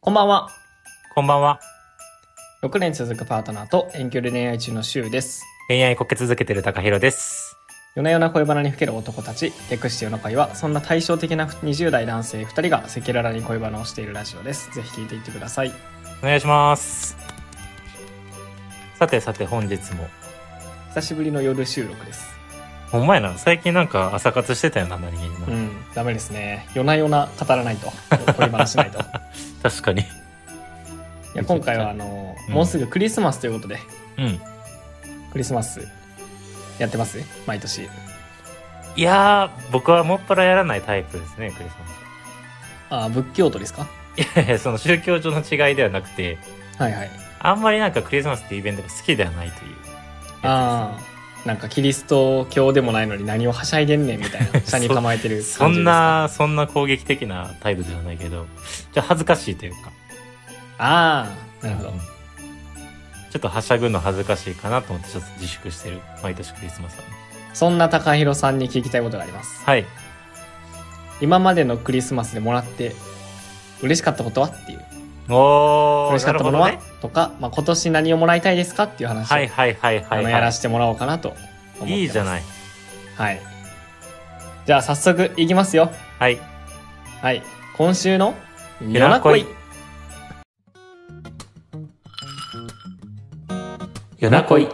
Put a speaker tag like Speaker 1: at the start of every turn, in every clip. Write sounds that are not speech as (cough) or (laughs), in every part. Speaker 1: こんばんは。
Speaker 2: こんばんは。
Speaker 1: 6年続くパートナーと遠距離恋愛中の柊です。
Speaker 2: 恋愛こけ続けてる高弘です。
Speaker 1: 夜な夜な恋バナにふける男たち、略して夜の恋は、そんな対照的な20代男性2人が赤裸々に恋バナをしているラジオです。ぜひ聞いていってください。
Speaker 2: お願いします。さてさて本日も。
Speaker 1: 久しぶりの夜収録です。
Speaker 2: ほんまやな。最近なんか朝活してたよな、何気にな。
Speaker 1: うん、ダメですね。夜な夜な語らないと。恋バナしない
Speaker 2: (laughs)
Speaker 1: と。い
Speaker 2: 確かに。
Speaker 1: や今回はあの、
Speaker 2: うん
Speaker 1: もうすぐクリスマスということで、
Speaker 2: うん。
Speaker 1: クリスマスやってます毎年。
Speaker 2: いやー、僕はもっぱらやらないタイプですね、クリス
Speaker 1: あー、仏教徒ですか
Speaker 2: マス。 (laughs) いやいやその宗教上の違いではなくて、
Speaker 1: はいはい。
Speaker 2: あんまりなんかクリスマスっていうイベントが好きではないという。
Speaker 1: ああなんかキリスト教でもないのに何をはしゃいでんねんみたい
Speaker 2: (laughs)
Speaker 1: な下に構えてる
Speaker 2: そ
Speaker 1: 感じです
Speaker 2: ん
Speaker 1: か
Speaker 2: な、そんな攻撃的な態度ではないけど、ちょっと恥ずかしいというか。
Speaker 1: ああなるほど、
Speaker 2: うんちょっとはしゃぐの恥ずかしいかなと思ってちょっと自粛してる毎年クリスマスはね
Speaker 1: そんな高弘さんに聞きたいことがあります
Speaker 2: はい
Speaker 1: 今までのクリスマスでもらって嬉しかったことはっていう
Speaker 2: お
Speaker 1: 嬉
Speaker 2: ー
Speaker 1: しかっ
Speaker 2: なる
Speaker 1: た
Speaker 2: ほ
Speaker 1: もの
Speaker 2: ど
Speaker 1: は、
Speaker 2: ね
Speaker 1: とか、まあ、今年何をもらいたいですかっていう話を、
Speaker 2: はいはいはいはい、
Speaker 1: あの
Speaker 2: は
Speaker 1: やら
Speaker 2: い、
Speaker 1: せてもらおうかなと思ってます
Speaker 2: いいじゃないい
Speaker 1: はいじゃあ早速いきますよ
Speaker 2: はい
Speaker 1: はい今週の
Speaker 2: 夜な恋夜な恋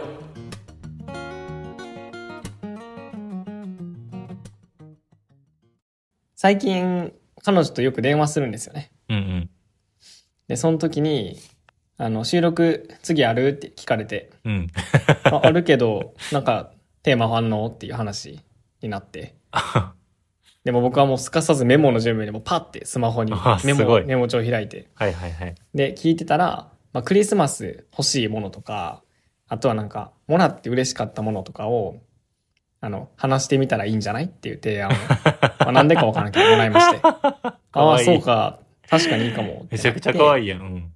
Speaker 1: 最近彼女とよく電話するんですよね
Speaker 2: うんうん
Speaker 1: で、その時に、あの、収録次あるって聞かれて、
Speaker 2: うん、 (laughs)
Speaker 1: ああるけど、なんかテーマ反応っていう話になって。でも僕はもうすかさずメモの準備でもうパッてスマホに
Speaker 2: あ
Speaker 1: メ
Speaker 2: す
Speaker 1: モ
Speaker 2: ごい
Speaker 1: メモ帳開いて。
Speaker 2: はいはいはい
Speaker 1: で、聞いてたら、まあ、クリスマス欲しいものとか、あとはなんか、もらって嬉しかったものとかを、あの、話してみたらいいんじゃないっていう提案を、まあ、なんでかわからんけどもらいま
Speaker 2: (laughs)
Speaker 1: して。ああ、
Speaker 2: わいい
Speaker 1: そうか。確かにいいかも。
Speaker 2: めちゃくちゃ可
Speaker 1: い。
Speaker 2: 愛いやん、うん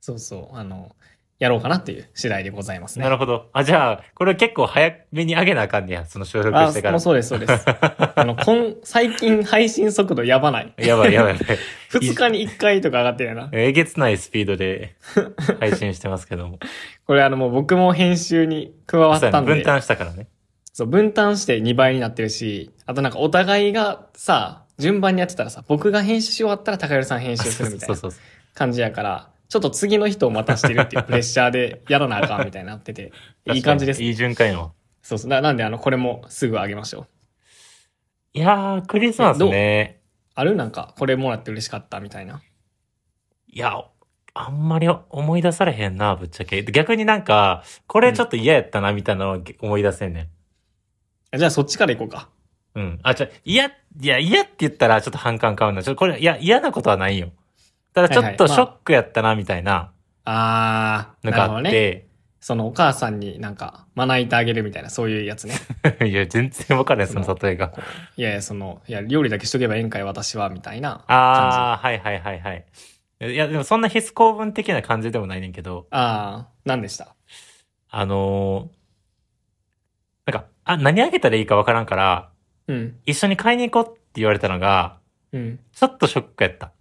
Speaker 1: そうそう、あの、やろうかなっていう次第でございますね。
Speaker 2: なるほどあじゃあこれ結構早めにあげなあかんねやその収録
Speaker 1: あ
Speaker 2: してか
Speaker 1: もう
Speaker 2: ら
Speaker 1: そうです、そう
Speaker 2: (laughs)
Speaker 1: です。あの、こん、最近配信速度やばない。
Speaker 2: やばいやばいやばい (laughs)
Speaker 1: 2日に1回とか上がってるな。
Speaker 2: えげつないスピードで (laughs) 配信してますけども
Speaker 1: これあのもう僕も編集に加わっ
Speaker 2: そうや
Speaker 1: た
Speaker 2: なん
Speaker 1: で。
Speaker 2: 分担したからね
Speaker 1: そう、分担して2倍になってるし、あとなんかお互いがさ、順番にやってたらさ、僕が編集し終わったら高弘さん編集するみたい
Speaker 2: そう
Speaker 1: な
Speaker 2: そうそう
Speaker 1: 感じやから、ちょっと次の人を待たしてるっていうプレッシャーでやらなあかんみたいになってて、いい感じです。
Speaker 2: いい循環よ
Speaker 1: そうそう。ななんであの、これもすぐ上げましょう。
Speaker 2: いやークリスマスね
Speaker 1: あるなんか、これもらって嬉しかったみたいな。
Speaker 2: いや、あんまり思い出されへんな、ぶっちゃけ。逆になんか、これちょっと嫌やったな、みたいなのを思い出せんね
Speaker 1: じゃあそっちから行こうか。
Speaker 2: ん。うん。あ、ちょ、嫌、いや、嫌って言ったらちょっと反感買うな。ちょっとこれ、いや、嫌なことはないよ。ただちょっと
Speaker 1: はいはい
Speaker 2: シ
Speaker 1: ま
Speaker 2: ョ
Speaker 1: あ
Speaker 2: ックやったな、みたいな、
Speaker 1: あー、な
Speaker 2: の
Speaker 1: る
Speaker 2: が
Speaker 1: ほ
Speaker 2: あ
Speaker 1: ど
Speaker 2: っ
Speaker 1: ね。
Speaker 2: て。
Speaker 1: そのお母さんになんか、まな板あげるみたいな、そういうやつね。
Speaker 2: (laughs) いや、全然わかんない、そ
Speaker 1: その
Speaker 2: の例えが。
Speaker 1: いやいや、その、いや、料理だけしとけばええんかい、私は、みたいな感じ。あ
Speaker 2: あー、はいはいはいはい。いや、でもそんな必須公文的な感じでもないねんけど、
Speaker 1: あー、何でした
Speaker 2: あのーなんか、あ、何あげたらいいかわからんから、
Speaker 1: うん、
Speaker 2: 一緒に買いに行こうって言われたのが、
Speaker 1: うん。
Speaker 2: ちょっとショックやった。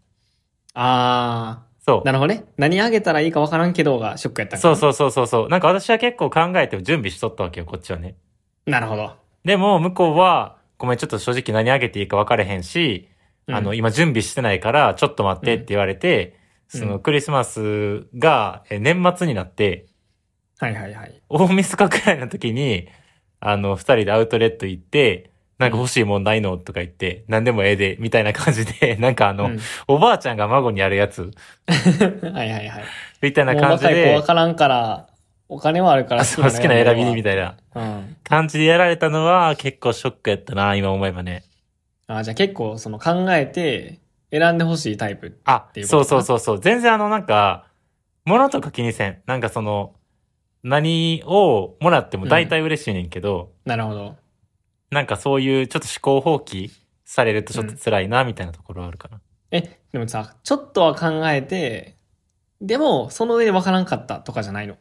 Speaker 1: あ
Speaker 2: そう
Speaker 1: ー、。なるほどね。何あげたらいいかわからんけどがショックやったんか
Speaker 2: そうそうそうそうそう。なんか私は結構考えて準備しとったわけよ、こっちはね。
Speaker 1: なるほど。
Speaker 2: でも、向こうは、ごめん、ちょっと正直何あげていいか分かれへんし、
Speaker 1: うん
Speaker 2: あの、今準備してないから、ちょっと待ってって言われて、
Speaker 1: うん
Speaker 2: そうの
Speaker 1: ん
Speaker 2: クリスマスが、え年末になって、
Speaker 1: はいはいはい。
Speaker 2: 大晦日くらいの時に、あの、二人でアウトレット行って、なんか欲しいもんないのとか言って、何でもええで、みたいな感じで、なんかあの、
Speaker 1: うん (laughs)
Speaker 2: おばあちゃんが孫にやるやつ、
Speaker 1: はいはいはい。
Speaker 2: みたいな
Speaker 1: もう
Speaker 2: 感じ
Speaker 1: 若い子
Speaker 2: で
Speaker 1: わ、からんから、お金はあるから
Speaker 2: あそう好きな選びにみたいな。
Speaker 1: たいな。うん。
Speaker 2: 感じでやられたのは結構ショックやったな、今思えばね。
Speaker 1: あーじゃあ結構、その考えて、選んでほしいタイプ。
Speaker 2: あ
Speaker 1: てい、うこ
Speaker 2: そ
Speaker 1: と
Speaker 2: う
Speaker 1: か
Speaker 2: そうそうそう。全然あのなんか、物とか気にせん。なんかその、何をもらっても大体嬉しいねんけど、
Speaker 1: なるほど。
Speaker 2: なんかそういうちょっと思考放棄されるとちょっと辛いな、みたいなところはあるかな。
Speaker 1: え、でもさ、ちょっとは考えて、でも、その上でわからんかったとかじゃないの。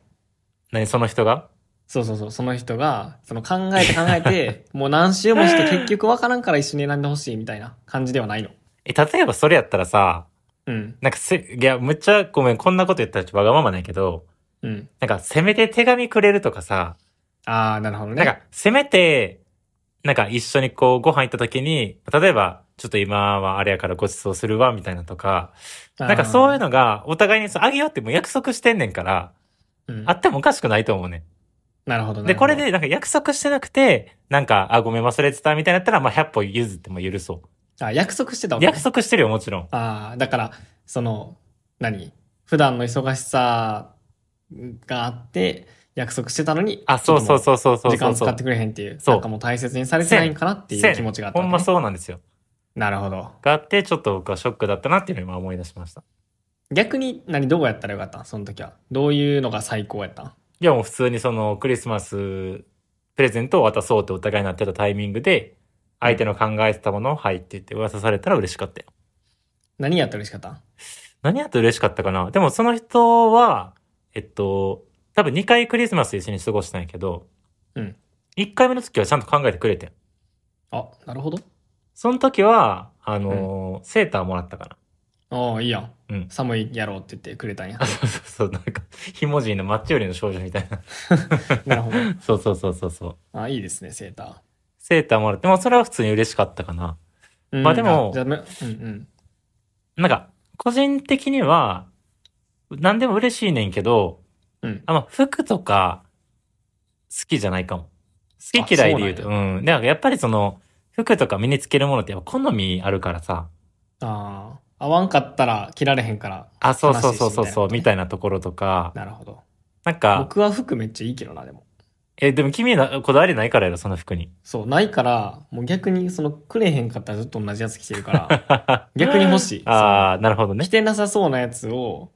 Speaker 2: 何その人が
Speaker 1: そうそうそう、その人が、その考えて考え
Speaker 2: (laughs)
Speaker 1: て、もう何周もして結局わからんから一緒に選んでほしいみたいな感じではないの。
Speaker 2: え、例えばそれやったらさ、
Speaker 1: うん。
Speaker 2: なんかせ、いや、むっちゃごめん、こんなこと言ったらちょっとわがままなんやけど、
Speaker 1: うん。
Speaker 2: なんか、せめて手紙くれるとかさ、
Speaker 1: ああ、なるほど
Speaker 2: なん
Speaker 1: ね。
Speaker 2: か、せめて、なんか一緒にこうご飯行った時に、例えば、ちょっと今はあれやからご馳走するわ、みたいなとか、なんかそういうのが、お互いにそうあげようってもう約束してんねんから、
Speaker 1: の、うん
Speaker 2: あってもおかしくないと思うね
Speaker 1: なるほど
Speaker 2: ん。
Speaker 1: ね。
Speaker 2: で、これでなんか約束してなくて、なんか、あ、ごめん忘れてた、みたいになったら、まあ100歩譲っても許そ
Speaker 1: あ、約束してたわ
Speaker 2: う。
Speaker 1: けね
Speaker 2: 約束してるよ、もちろん。
Speaker 1: ああ、だから、その、何普段の忙しさがあって、約束してたのに、
Speaker 2: あ、そうそう
Speaker 1: う。
Speaker 2: そうそうそうそう。
Speaker 1: 時間使ってくれへんっていう、
Speaker 2: そう
Speaker 1: なんかもう大切にされてないんかなって
Speaker 2: せ
Speaker 1: い
Speaker 2: や
Speaker 1: う
Speaker 2: ねん
Speaker 1: 気持ちがあった
Speaker 2: ほ
Speaker 1: わけ
Speaker 2: ん
Speaker 1: ね、
Speaker 2: まそうなんですよ。
Speaker 1: なるほど。
Speaker 2: があって、ちょっと僕はショックだったなっていうのを今思い出しました。
Speaker 1: 逆に、何、どうやったらよかったんその時は。どういうのが最高やったん
Speaker 2: いやもう普通にそのクリスマスプレゼントを渡そうってお互いになってたタイミングで、相手の考えてたものを入ってって噂されたら嬉しかったよ。
Speaker 1: 何やったら嬉しかったん
Speaker 2: 何やったら嬉しかったかなでもその人は、えっと、多分2回クリスマス一緒に過ごしたんやけど、
Speaker 1: うん。
Speaker 2: 1回目の時はちゃんと考えてくれてん。
Speaker 1: あ、なるほど。
Speaker 2: その時は、あのーセーターもらったか
Speaker 1: ああ、いいやん。
Speaker 2: な。うん。
Speaker 1: 寒いやろうって言ってくれ
Speaker 2: (laughs)
Speaker 1: たんや。
Speaker 2: そうそうそう、なんか、ひもじいのマッチよりの少女みたいな。
Speaker 1: なるほど。
Speaker 2: そうそうそうそうそう。
Speaker 1: あいいですね、セータ
Speaker 2: セーターもらって、まあそれは普通に嬉しかったかな。
Speaker 1: ー。うん
Speaker 2: まあでも
Speaker 1: じゃあむうんうん。
Speaker 2: なんか、個人的には、何でも嬉しいねんけど、
Speaker 1: うん。
Speaker 2: あんま服とか、好きじゃないかも。好き嫌いで言うと、
Speaker 1: あそ
Speaker 2: うんでなんかやっぱりその、服とか身につけるものってやっぱ好みあるからさ。
Speaker 1: ああ、合わんかったら着られへんから。
Speaker 2: あ、そうそうそうそうそう、
Speaker 1: 悲しいし
Speaker 2: みたいなところとか、
Speaker 1: なるほど。
Speaker 2: なんか、
Speaker 1: 僕は服めっちゃいいけどな、でも。
Speaker 2: え、でも君のこだわりないからやろ、その服に。
Speaker 1: そう、ないから、もう逆にそのくれへんかったらずっと同じやつ着てるから、 (laughs) 逆に欲しい。
Speaker 2: (laughs) ああ、なるほ
Speaker 1: そ
Speaker 2: ど
Speaker 1: の
Speaker 2: (laughs) ね
Speaker 1: 着。てなさそうなやつを、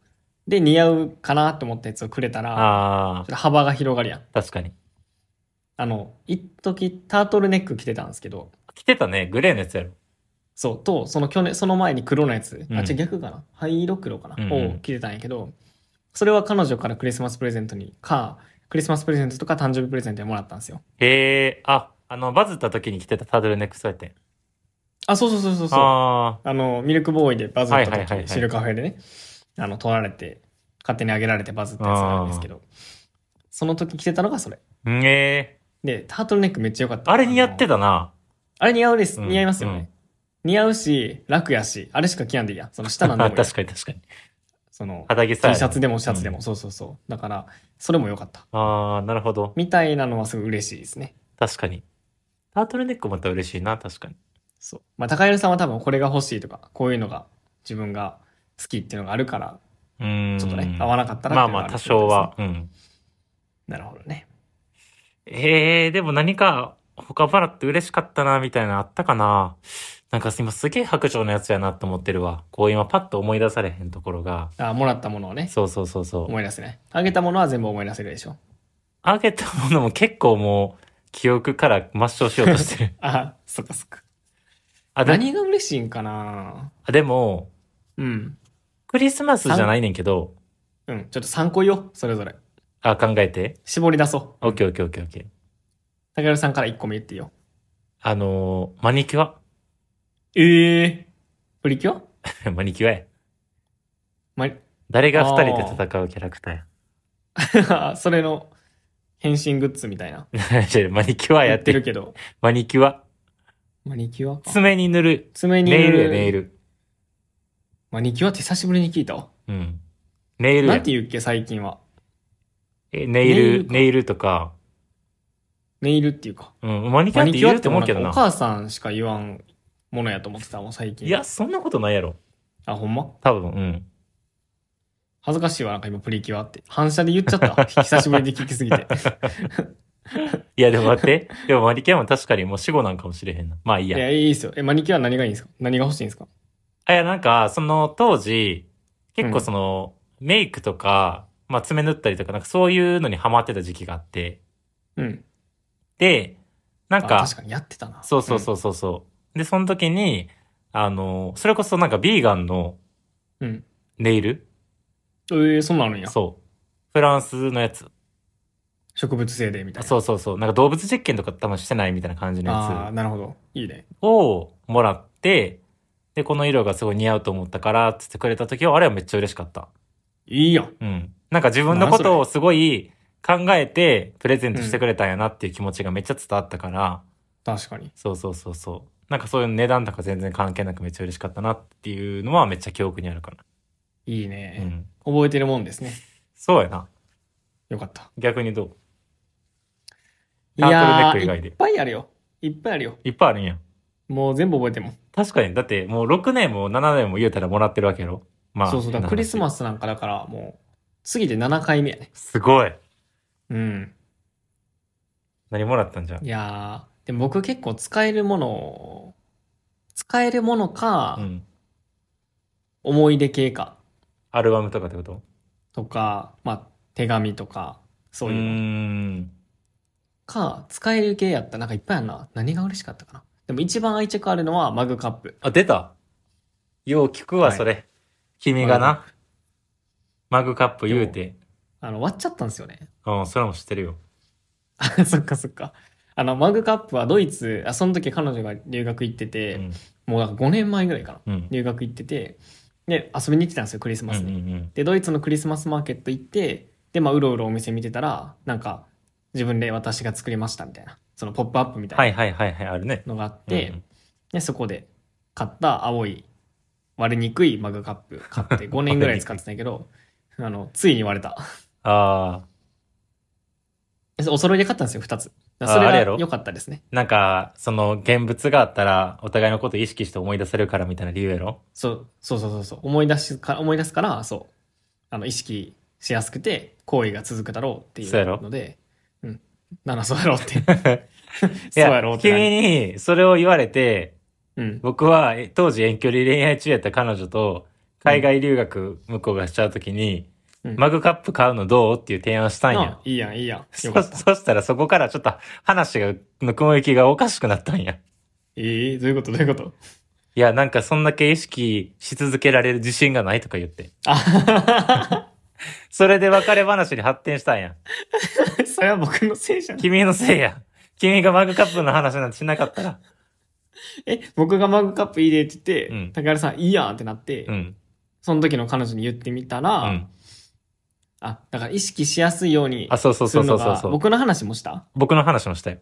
Speaker 1: で、似合うかなと思ったやつをくれたら、ち
Speaker 2: あ
Speaker 1: ょっと幅が広がるやん。
Speaker 2: あ、確かに。
Speaker 1: あの、一時タートルネック着てたんですけど、
Speaker 2: 着てたね、グレーのやつやろ。
Speaker 1: そう、と、その去年、その前に黒のやつ、
Speaker 2: うん
Speaker 1: あ、違う逆かな。灰色黒かな、
Speaker 2: うんうん
Speaker 1: を着てたんやけど、それは彼女からクリスマスプレゼントに、か、クリスマスプレゼントとか誕生日プレゼントでもらったんですよ。
Speaker 2: へえ、あ、あの、バズった時に着てたタートルネックスやってん。
Speaker 1: あ、そうそうそうそうそう。
Speaker 2: あ
Speaker 1: あの、ミルクボーイでバズっ
Speaker 2: はいは
Speaker 1: た
Speaker 2: いはいは
Speaker 1: 時、
Speaker 2: い
Speaker 1: シルカフェでね、あの、取られて、勝手にあげられてバズったやつなんですけど、その時着てたのがそれ。
Speaker 2: あ、うんえ
Speaker 1: で、タートルネックめっちゃ良かった。
Speaker 2: ー、あれ似合って
Speaker 1: た
Speaker 2: たな。
Speaker 1: あれ似合うです。
Speaker 2: うん
Speaker 1: 似合いますよね。似合うし、楽やし、あれしか着やんでいいやん。その下なんでもいいやん
Speaker 2: (laughs) 確かに確かに。
Speaker 1: その、
Speaker 2: 肌着さえ
Speaker 1: T
Speaker 2: あれば。
Speaker 1: シャツでもシャツでも、そうそうそう。だから、それも良かった。
Speaker 2: ああ、なるほど。
Speaker 1: みたいなのはすごい嬉しいですね。
Speaker 2: 確かに。タートルネックまた嬉しいな、確かに。
Speaker 1: そう。まあ、高弘さんは多分これが欲しいとか、こういうのが自分が好きっていうのがあるから、
Speaker 2: うーん。
Speaker 1: ちょっとね、合わなかったら
Speaker 2: ま
Speaker 1: っ
Speaker 2: あ
Speaker 1: ていうの
Speaker 2: ま
Speaker 1: が
Speaker 2: あ、
Speaker 1: る
Speaker 2: 多
Speaker 1: ってこと
Speaker 2: 少
Speaker 1: ですね
Speaker 2: は。。うん。
Speaker 1: なるほどね。
Speaker 2: ええー、でも何か、他バラって嬉しかったな、みたいなのあったかな。なんか今すげえ白状のやつやなと思ってるわ。こう今パッと思い出されへんところが。
Speaker 1: あ、もらったものをね、
Speaker 2: そうそうそうそう。
Speaker 1: 思い出せない。あげたものは全部思い出せるでしょ。。
Speaker 2: あげたものも結構もう、記憶から抹消しようとしてる
Speaker 1: あ、そっかそっか。
Speaker 2: あ、で
Speaker 1: 何が嬉しいんかな
Speaker 2: あでも、
Speaker 1: うん。
Speaker 2: クリスマスじゃないねんけど、
Speaker 1: うん。ちょっと参考よ、それぞれ。
Speaker 2: あ、考えて。
Speaker 1: 絞り出そう。
Speaker 2: オッケーオッケーオッケーオッケー。
Speaker 1: 高弘さんから1個目言っていいよ。
Speaker 2: あのーマニキュア (laughs)
Speaker 1: ええプリキュア
Speaker 2: マニキュアや。
Speaker 1: ま、
Speaker 2: 誰が二人で戦うキャラクター
Speaker 1: (laughs)
Speaker 2: や。
Speaker 1: それの変身グッズみたいな。
Speaker 2: 違うマニキュアや (laughs)
Speaker 1: や
Speaker 2: っ
Speaker 1: ってて
Speaker 2: る
Speaker 1: る。けど。
Speaker 2: マニキュア。
Speaker 1: マニキュアか。
Speaker 2: 爪に塗る。
Speaker 1: 爪に。
Speaker 2: ネイルや、ネイ。ル。
Speaker 1: マニキュアって久しぶりに聞いたわ。
Speaker 2: うん。ネイル
Speaker 1: なん
Speaker 2: や
Speaker 1: て。言うっけ、最近は。
Speaker 2: えネイル、
Speaker 1: ネ
Speaker 2: ネイルとか。
Speaker 1: ネイルっていうか。
Speaker 2: うん。マニキュ
Speaker 1: マ
Speaker 2: アって
Speaker 1: ニキュ
Speaker 2: 言え
Speaker 1: ア
Speaker 2: る
Speaker 1: って
Speaker 2: と思
Speaker 1: も
Speaker 2: う
Speaker 1: う
Speaker 2: けど
Speaker 1: なんかお
Speaker 2: な。
Speaker 1: 母さんしか言わんものやと思ってたもん、最近。
Speaker 2: いや、。そんなことないやろ。
Speaker 1: あ、ほんま
Speaker 2: 多分、うん。
Speaker 1: 恥ずかしいわ、なんか今プリキュアって。反射で言っちゃ
Speaker 2: (laughs)
Speaker 1: った。久しぶりに聞きすぎて。
Speaker 2: いや、でも待
Speaker 1: (laughs)
Speaker 2: って。でもマニキュアも確かにもう死後なんかもしれへんな。まあいい
Speaker 1: い
Speaker 2: や。
Speaker 1: や、いいですよ。え、マニキュア何がいいんですか何が欲しいんですか
Speaker 2: あ、いや、なんか、その当時、結構その、メイクとか、まあ爪塗ったりとか、なんかそういうのにハマってた時期があって。
Speaker 1: うん。
Speaker 2: で、なん
Speaker 1: あ
Speaker 2: か、
Speaker 1: 確かにやってたな。
Speaker 2: そうそうそうそうそう。で、その時に、あの、それこそなんかビーガンの
Speaker 1: うん。うん。
Speaker 2: ネイル
Speaker 1: えー、そんなんあるんや。
Speaker 2: そう。フランスのやつ。
Speaker 1: 植物性で、みたいな。
Speaker 2: そうそうそう。なんか動物実験とか多分してないみたいな感じの
Speaker 1: ああー、
Speaker 2: や
Speaker 1: なるほど。いいね。
Speaker 2: つをもらって、で、この色がすごい似合うと思ったから、つってくれた時は、あれはめっちゃ嬉しかった。
Speaker 1: いいやん。
Speaker 2: うん。なんか自分のことをすごい考えて、プレゼントしてくれたんやなっていう気持ちがめっちゃ伝わったから、
Speaker 1: 確かに。
Speaker 2: そうそうそうそう。なんかそういう値段とか全然関係なくめっちゃ嬉しかったなっていうのはめっちゃ記憶にあるか
Speaker 1: いい
Speaker 2: ら。う
Speaker 1: ね。
Speaker 2: ん。
Speaker 1: 覚えてるもんですね。
Speaker 2: そうやな。
Speaker 1: よかった。
Speaker 2: 逆にどう
Speaker 1: い
Speaker 2: タートルネッ
Speaker 1: や
Speaker 2: ク以
Speaker 1: ー、
Speaker 2: 外で
Speaker 1: いっぱいあるよ。いっぱいあるよ。
Speaker 2: いっぱいあるんやん。
Speaker 1: もう全部覚えてるもん。
Speaker 2: 確かに。だってもう6年も7年も言うたらもらってるわけやろ。まあ。
Speaker 1: そうそう。だからクリスマ
Speaker 2: ス。
Speaker 1: スなんかだから、もう、次で7回目やね。
Speaker 2: すごい。
Speaker 1: うん。
Speaker 2: 何もらったんじゃん
Speaker 1: い。やー、でも僕結構使えるものを、使えるものか
Speaker 2: う、ん。
Speaker 1: 思い出系か、
Speaker 2: アルバムとかってこと
Speaker 1: とか、まあ、手紙とか、そうう
Speaker 2: ー
Speaker 1: いうの
Speaker 2: ん。
Speaker 1: か、使える系やった。なんかいっぱいあるな。何が嬉しかったかな。でも一番愛着あるのはマグカップ。
Speaker 2: あ、出た。よう聞くわ、
Speaker 1: はい
Speaker 2: それ。君が
Speaker 1: マグ
Speaker 2: な。マグカップ言うて。
Speaker 1: あの、割っちゃったんですよね。 (laughs)
Speaker 2: うん、それも知ってるよ。
Speaker 1: あそっかそっか。あの、マグカップはドイツ、あその時彼女が留学行って
Speaker 2: う
Speaker 1: て、
Speaker 2: ん。
Speaker 1: もうなんか5年前ぐらいかな。
Speaker 2: うん。
Speaker 1: 留学行ってて、で、遊びに来てたんですよ、クリス
Speaker 2: うん
Speaker 1: マ
Speaker 2: う
Speaker 1: スに。
Speaker 2: ん
Speaker 1: でドイツのクリスマスマーケット行ってでまあうろうろお店見てたらなんか自分で私が作りましたみたいなそのポップアップみ
Speaker 2: うん
Speaker 1: た
Speaker 2: はいいはいはいはい、あるね。
Speaker 1: なのがあって、
Speaker 2: うん
Speaker 1: でそこで買った青い割れにくいマグカップ買
Speaker 2: (laughs)
Speaker 1: って5年ぐらい使ってたんやけどあのついに割れた
Speaker 2: ああ、
Speaker 1: お揃いで買ったんですよ2つだからそ
Speaker 2: あ
Speaker 1: れ
Speaker 2: あれ
Speaker 1: が
Speaker 2: やろ
Speaker 1: 良かったですね
Speaker 2: なんか、その、現物があったら、お互いのこと意識して思い出せるからみたいな理由やろ
Speaker 1: そうそうそうそうそう思い出しか思い出すからそうあの意識しやすくて行為が続くだろうってい
Speaker 2: そうやろ
Speaker 1: うのでうんならそうやろうって
Speaker 2: (laughs)
Speaker 1: そうやろうってなる
Speaker 2: 君に、それを言われて、
Speaker 1: うん。
Speaker 2: 僕は、え当時遠距離恋愛中やった彼女と、海外留学向こうがしちゃうときに、
Speaker 1: うん
Speaker 2: マグカップ買うのどうっていう提案をしたんや。
Speaker 1: あいいやん、いいやん。
Speaker 2: そ
Speaker 1: よかった。
Speaker 2: そしたらそこからちょっと話が、の雲行きがおかしくなったんや。
Speaker 1: ええどういうことどういうこと
Speaker 2: いや、なんかそんだけ意識し続けられる自信がないとか言って。 (laughs)
Speaker 1: あ
Speaker 2: それで別れ話に発展したんや。
Speaker 1: それは僕のせいじゃん。
Speaker 2: 君のせいや。君がマグカップの話なんてしなかったら。
Speaker 1: え、僕がマグカップいいでって言って、
Speaker 2: うん
Speaker 1: 高原さんいいやんってなって、
Speaker 2: うん。
Speaker 1: その時の彼女に言ってみたら、
Speaker 2: うん。
Speaker 1: あ、だから意識しやすいように
Speaker 2: あ、そうそう
Speaker 1: す
Speaker 2: そう
Speaker 1: る
Speaker 2: そ
Speaker 1: の
Speaker 2: うそう
Speaker 1: が、
Speaker 2: そう。
Speaker 1: 僕の話もした
Speaker 2: 僕の話もしたよ。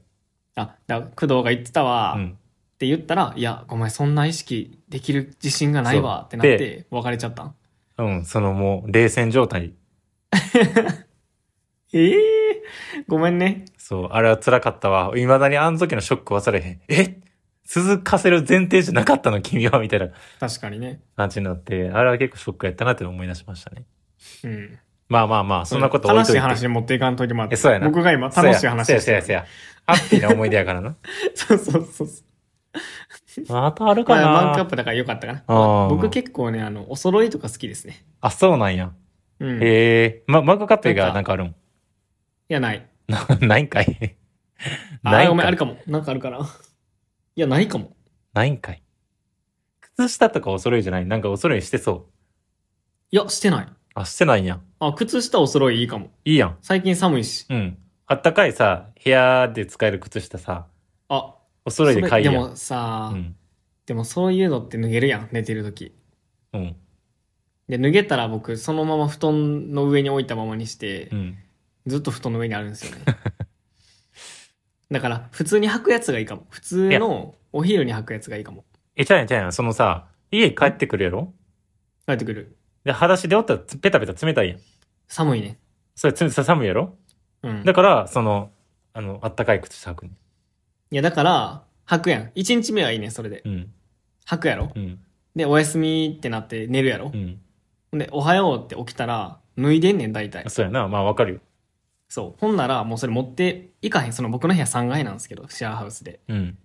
Speaker 1: あ、だから工藤が言ってたわ、
Speaker 2: う
Speaker 1: っ
Speaker 2: ん。
Speaker 1: て言ったら、いや、ごめん、そんな意識できる自信がないわってなって、別れちゃったん。
Speaker 2: うん。そのもう、冷戦状態。
Speaker 1: ええごめんね。
Speaker 2: そう。あれは辛かったわ。未だにあの時のショック忘れへん。え続かせる前提じゃなかったの君はみたいな
Speaker 1: 確かにね。
Speaker 2: 感じになって、あれは結構ショックやったなって思い出しましたね。
Speaker 1: うん。
Speaker 2: まあまあまあ、そんなこと置い
Speaker 1: 悲
Speaker 2: と
Speaker 1: し
Speaker 2: い
Speaker 1: い
Speaker 2: て。
Speaker 1: 話に持っていかんといてもらって。
Speaker 2: えそうやな
Speaker 1: 僕が今楽しい話
Speaker 2: せや
Speaker 1: をして
Speaker 2: せ
Speaker 1: る
Speaker 2: やせやせや。ハッピーな思い出やからな。
Speaker 1: (laughs) そうそうそうそう。
Speaker 2: またあるか
Speaker 1: ま
Speaker 2: な、
Speaker 1: あ、マンカップだから良かったかな。
Speaker 2: あー
Speaker 1: 僕結構ね、あの、お揃いとか好きですね。
Speaker 2: あ、そうなんや。
Speaker 1: うん。い
Speaker 2: へえま、マグカップ以外はな
Speaker 1: なんん
Speaker 2: かあるん
Speaker 1: や、ない。
Speaker 2: ないんか (laughs) い
Speaker 1: (laughs) あ
Speaker 2: な
Speaker 1: ー、
Speaker 2: い
Speaker 1: ご
Speaker 2: ん
Speaker 1: めん、
Speaker 2: か
Speaker 1: あ
Speaker 2: い
Speaker 1: るかも。なんかある (laughs) かな。いや、ないかも。
Speaker 2: ないんかい靴下とかお揃いじゃないなんかお揃いしてそう。
Speaker 1: いや、してない。
Speaker 2: あ、してないんや。
Speaker 1: あ、靴下お揃いいいかも。
Speaker 2: いいやん。
Speaker 1: 最近寒いし。
Speaker 2: うん。あったかいさ、部屋で使える靴下さ、
Speaker 1: あ、
Speaker 2: お揃いで買い
Speaker 1: そ
Speaker 2: や
Speaker 1: れ
Speaker 2: ん。
Speaker 1: でもさ、
Speaker 2: うん。
Speaker 1: でもそういうのって脱げるやん、寝てる時
Speaker 2: うん。
Speaker 1: で、脱げたら僕、そのまま布団の上に置いたままにして、
Speaker 2: うん。
Speaker 1: ずっと布団の上にあるんですよね。だから、普通に履くやつがいいかも。普通
Speaker 2: いや
Speaker 1: のお昼に履くやつがいいかも。
Speaker 2: え、ちゃうやんちゃうやん。そのさ、家帰ってくるやろ
Speaker 1: 帰ってくる。
Speaker 2: で、裸足でおったらつペタペタ冷たいやん。
Speaker 1: 寒いね。
Speaker 2: それつ、さ寒いやろ
Speaker 1: うん。
Speaker 2: だから、その、あの、あったかい靴下履くね
Speaker 1: いや、だから、吐くやん。一日目はいいねん、それで。
Speaker 2: うん。
Speaker 1: 吐くやろ
Speaker 2: うん。
Speaker 1: で、おやすみってなって寝るやろ
Speaker 2: う、ん。
Speaker 1: で、おはようって起きたら、脱いでんねん、大体。
Speaker 2: そうやな。まあわかるよ。
Speaker 1: そう。ほんなら、もうそれ持っていかへん。その僕の部屋3階なんですけど、シェアハウスで。
Speaker 2: うん。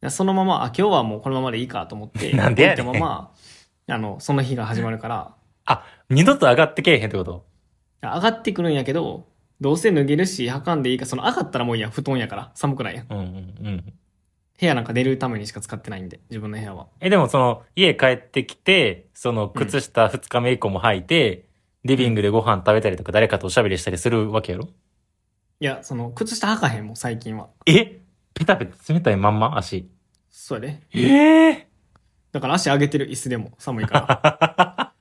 Speaker 1: でそのまま、あ、今日はもうこのままでいいかと思って、
Speaker 2: (laughs) なんでやねん
Speaker 1: 置いたまま、あの、その日が始まるから、
Speaker 2: あ、二度と上がってけえへんってこと
Speaker 1: 上がってくるんやけど、どうせ脱げるし、履かんでいいか、その上がったらもういいやん、布団やから。寒くないやん。
Speaker 2: うんうんうん。
Speaker 1: 部屋なんか寝るためにしか使ってないんで、自分の部屋は。
Speaker 2: え、でもその、家帰ってきて、その、靴下二日目以降も履いて、リビングでご飯食べたりとか誰かとおしゃべりしたりするわけやろ
Speaker 1: いや、その、靴下履かへんもん、最近は。
Speaker 2: えペタペタ冷たいまんま足。
Speaker 1: それで。
Speaker 2: ええ
Speaker 1: だから足上げてる椅子でも寒い
Speaker 2: (laughs)
Speaker 1: か